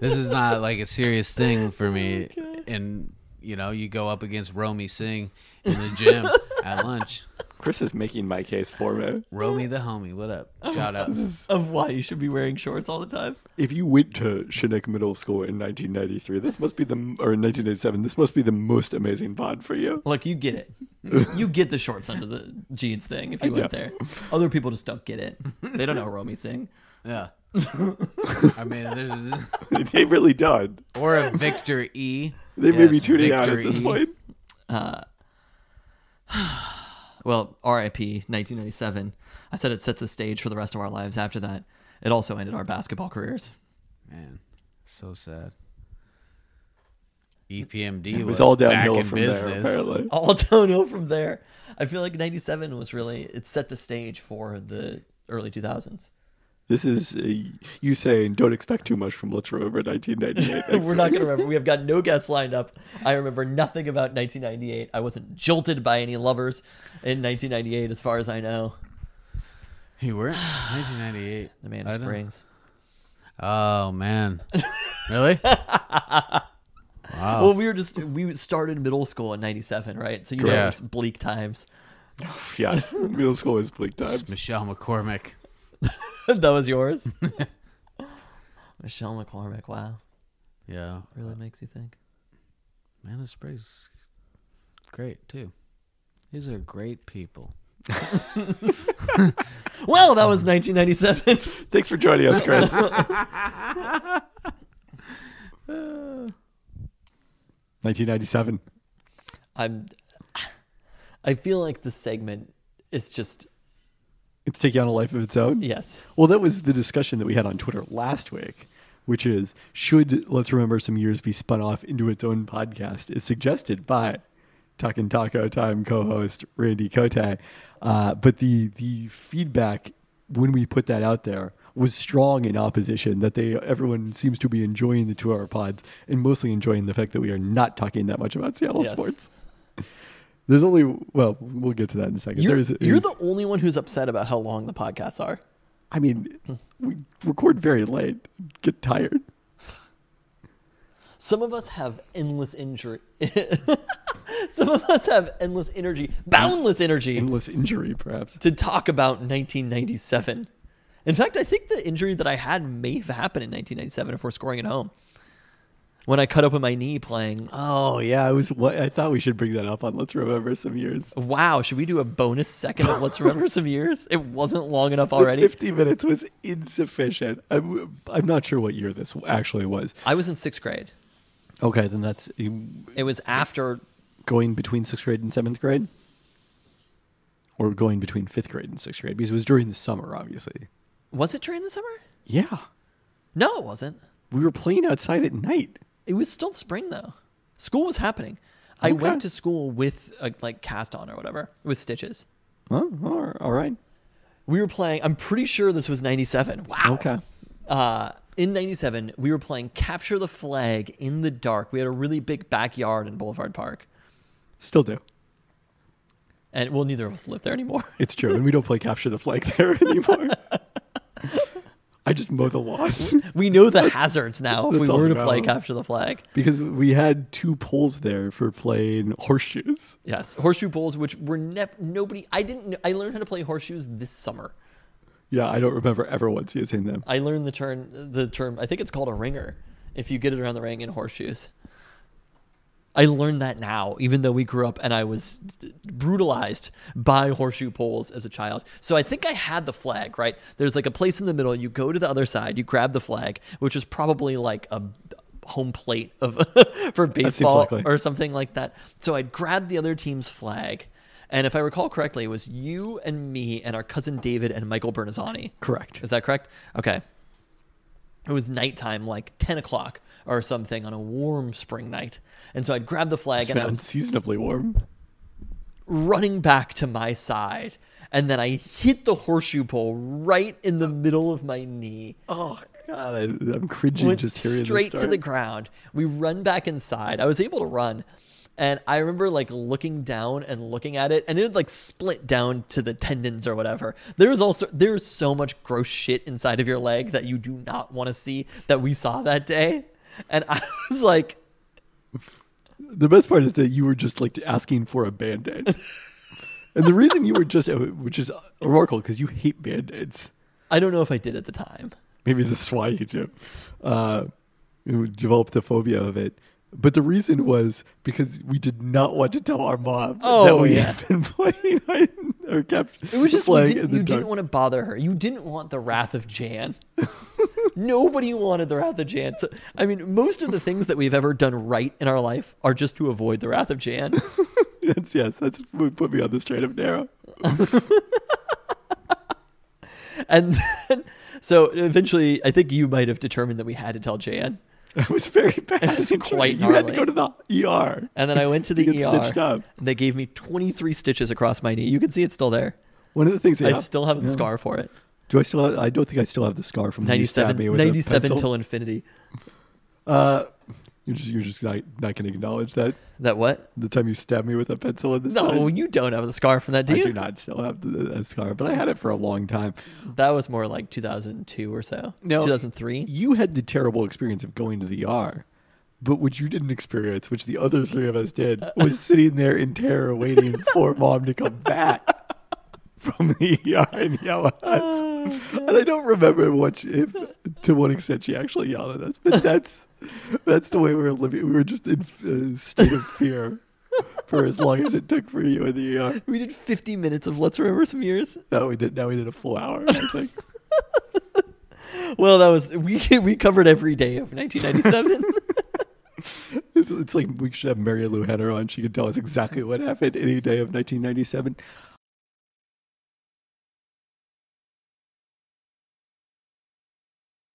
Speaker 4: This is not like a serious thing for me. And you know, you go up against Romy Singh in the gym at lunch.
Speaker 2: Chris is making my case for me.
Speaker 4: Romy the homie, what up? Shout out.
Speaker 3: Of why you should be wearing shorts all the time.
Speaker 2: If you went to Shinnick Middle School in 1993, this must be the or in 1987, this must be the most amazing pod for you.
Speaker 3: Look, you get it. You get the shorts under the jeans thing if you went
Speaker 2: do.
Speaker 3: there. Other people just don't get it. They don't know Romy Singh.
Speaker 4: Yeah. I mean, there's
Speaker 2: they really done.
Speaker 4: or a Victor E.
Speaker 2: They may
Speaker 4: Yes,
Speaker 2: be tuning out
Speaker 4: Victor
Speaker 2: at this
Speaker 4: E.
Speaker 2: point.
Speaker 3: Well, RIP 1997. I said it set the stage for the rest of our lives after that. It also ended our basketball careers.
Speaker 4: Man, so sad. E EPMD
Speaker 2: It
Speaker 4: was
Speaker 2: was all
Speaker 4: back
Speaker 2: downhill
Speaker 4: in
Speaker 2: from there,
Speaker 4: business.
Speaker 2: apparently.
Speaker 3: all downhill from there. I feel like '97 was really it set the stage for the early 2000s.
Speaker 2: This is a, you saying, don't expect too much from Let's Remember 1998.
Speaker 3: We're not gonna remember. We have got no guests lined up. I remember nothing about 1998. I wasn't jilted by any lovers in 1998, as far as I know.
Speaker 4: You were 1998.
Speaker 3: The man
Speaker 4: I
Speaker 3: of
Speaker 4: don't-
Speaker 3: springs.
Speaker 4: Oh man, really?
Speaker 3: Well, we were just we started middle school in '97, right? So you know, it
Speaker 4: Correct.
Speaker 3: was bleak times.
Speaker 2: yes, middle school is bleak times.
Speaker 4: Michelle McCormick.
Speaker 3: that was yours, Michelle McCormick. Wow,
Speaker 4: Yeah,
Speaker 3: really makes you think.
Speaker 4: man of springs, great too. These are great people.
Speaker 3: Well, that was 1997.
Speaker 2: Thanks for joining us, Chris. Nineteen ninety-seven.
Speaker 3: I'm. I feel like this segment is just
Speaker 2: It's taking on a life of its own.
Speaker 3: yes.
Speaker 2: Well, that was the discussion that we had on Twitter last week, which is should Let's Remember Some Years be spun off into its own podcast, is suggested by Talkin' Taco Time co host Randy Kote. Uh, but the, the feedback when we put that out there was strong in opposition that they everyone seems to be enjoying the two hour pods and mostly enjoying the fact that we are not talking that much about Seattle
Speaker 3: Yes.
Speaker 2: sports. There's only well, we'll get to that in a 2nd
Speaker 3: You're,
Speaker 2: There's
Speaker 3: you're
Speaker 2: is-
Speaker 3: the only one who's upset about how long the podcasts are.
Speaker 2: I mean, we record very late, get tired.
Speaker 3: Some of us have endless injury. Some of us have endless energy, boundless energy
Speaker 2: endless injury, perhaps.
Speaker 3: to talk about 1997. In fact, I think the injury that I had may have happened in 1997 if we're scoring at home. when I cut open my knee playing.
Speaker 2: Oh yeah, I was. What I thought we should bring that up on Let's Remember Some Years.
Speaker 3: Wow, should we do a bonus second of Let's Remember Some Years? It wasn't long enough already.
Speaker 2: Fifty minutes was insufficient. I'm, I'm not sure what year this actually was.
Speaker 3: I was in sixth grade.
Speaker 2: Okay, then that's you
Speaker 3: It was after
Speaker 2: going between sixth grade and seventh grade, or going between fifth grade and sixth grade because it was during the summer, obviously.
Speaker 3: was it during the summer?
Speaker 2: Yeah,
Speaker 3: No, it wasn't.
Speaker 2: we were playing outside at night.
Speaker 3: It was still spring though. School was happening. I
Speaker 2: Okay.
Speaker 3: went to school with a, like cast on or whatever with stitches.
Speaker 2: Oh, all right, all right.
Speaker 3: We were playing. I'm pretty sure this was '97. Wow.
Speaker 2: Okay.
Speaker 3: Uh, in '97, we were playing Capture the Flag in the dark. We had a really big backyard in Boulevard Park,
Speaker 2: Still do.
Speaker 3: and well, neither of us live there anymore.
Speaker 2: It's true, and we don't play capture the flag there anymore. I just mow the lawn
Speaker 3: We know the hazards now if
Speaker 2: That's
Speaker 3: we
Speaker 2: all
Speaker 3: were to
Speaker 2: we
Speaker 3: play
Speaker 2: know.
Speaker 3: Capture the Flag.
Speaker 2: because we had two poles there for playing horseshoes.
Speaker 3: Yes, horseshoe bowls, which were never nobody. I didn't. kn- I learned how to play horseshoes this summer.
Speaker 2: Yeah, I don't remember ever once using them.
Speaker 3: I learned the term. The term. I think it's called a ringer. If you get it around the ring in horseshoes. I learned that now, even though we grew up and I was brutalized by horseshoe poles as a child. So I think I had the flag, right? There's like a place in the middle. You go to the other side, you grab the flag, which is probably like a home plate of for baseball
Speaker 2: likely.
Speaker 3: or something like that. So I'd grab the other team's flag. And if I recall correctly, it was you and me and our cousin David and Michael Bernazzani.
Speaker 2: Correct.
Speaker 3: Is that correct? Okay. It was nighttime, like 10 o'clock or something on a warm spring night. And so I'd grab the flag
Speaker 2: It's
Speaker 3: and I
Speaker 2: been
Speaker 3: was
Speaker 2: unseasonably warm.
Speaker 3: running back to my side. And then I hit the horseshoe pole right in the middle of my knee.
Speaker 2: Oh God, I, I'm cringing
Speaker 3: went
Speaker 2: just hearing
Speaker 3: straight
Speaker 2: this
Speaker 3: to the
Speaker 2: story.
Speaker 3: ground. We run back inside. I was able to run, and I remember like looking down and looking at it, and it had like split down to the tendons or whatever. There was also there's so much gross shit inside of your leg that you do not want to see that we saw that day, and I was like.
Speaker 2: The best part is that you were just like asking for a band aid, and the reason you were just, which is remarkable, because you hate band aids.
Speaker 3: I don't know if I did at the time.
Speaker 2: Maybe this is why you do. Uh, you developed a phobia of it. But the reason was because we did not want to tell our mom that
Speaker 3: Oh,
Speaker 2: we
Speaker 3: yeah.
Speaker 2: had been playing hide and- or kept
Speaker 3: It was just we
Speaker 2: playing
Speaker 3: didn't,
Speaker 2: in the
Speaker 3: you
Speaker 2: dark.
Speaker 3: didn't want to bother her. You didn't want the wrath of Jan. Nobody wanted the wrath of Jan. So, I mean, most of the things that we've ever done right in our life are just to avoid the wrath of Jan.
Speaker 2: Yes, yes, that's what put me on the straight and narrow.
Speaker 3: And then, so eventually, I think you might have determined that we had to tell Jan.
Speaker 2: It was very bad.
Speaker 3: It was
Speaker 2: You
Speaker 3: quite
Speaker 2: had to
Speaker 3: gnarly.
Speaker 2: go to the ER.
Speaker 3: And then I went
Speaker 2: To
Speaker 3: to the
Speaker 2: get
Speaker 3: ER.
Speaker 2: stitched up.
Speaker 3: and They gave me 23 stitches across my knee. You can see it's still there.
Speaker 2: One of the things
Speaker 3: I still have the scar for it.
Speaker 2: Do I still? Have, I don't think I still have the scar from when you stabbed
Speaker 3: 97,
Speaker 2: me with a
Speaker 3: 97
Speaker 2: pencil.
Speaker 3: till infinity.
Speaker 2: Uh, you're just you're just not, not going to acknowledge that
Speaker 3: That what?
Speaker 2: the time you stabbed me with a pencil in the side.
Speaker 3: No, you don't have the scar from that, do
Speaker 2: I
Speaker 3: you?
Speaker 2: do not still have the, the scar, but I had it for a long time.
Speaker 3: That was more like 2002 or so. 2003.
Speaker 2: You had the terrible experience of going to the ER, but what you didn't experience, which the other three of us did, was sitting there in terror waiting for mom to come back from the ER and yell at us.
Speaker 3: Oh,
Speaker 2: and I don't remember what she- if to what extent she actually yelled at us, but that's that's the way we were living. We were just in a state of fear for as long as it took for you in the ER.
Speaker 3: We did 50 minutes of Let's Remember Some Years.
Speaker 2: Now we did. Now we did a full hour. I think.
Speaker 3: Well, that was we we covered every day of 1997.
Speaker 2: It's, it's like we should have Mary Lou Henner on. She could tell us exactly what happened any day of 1997.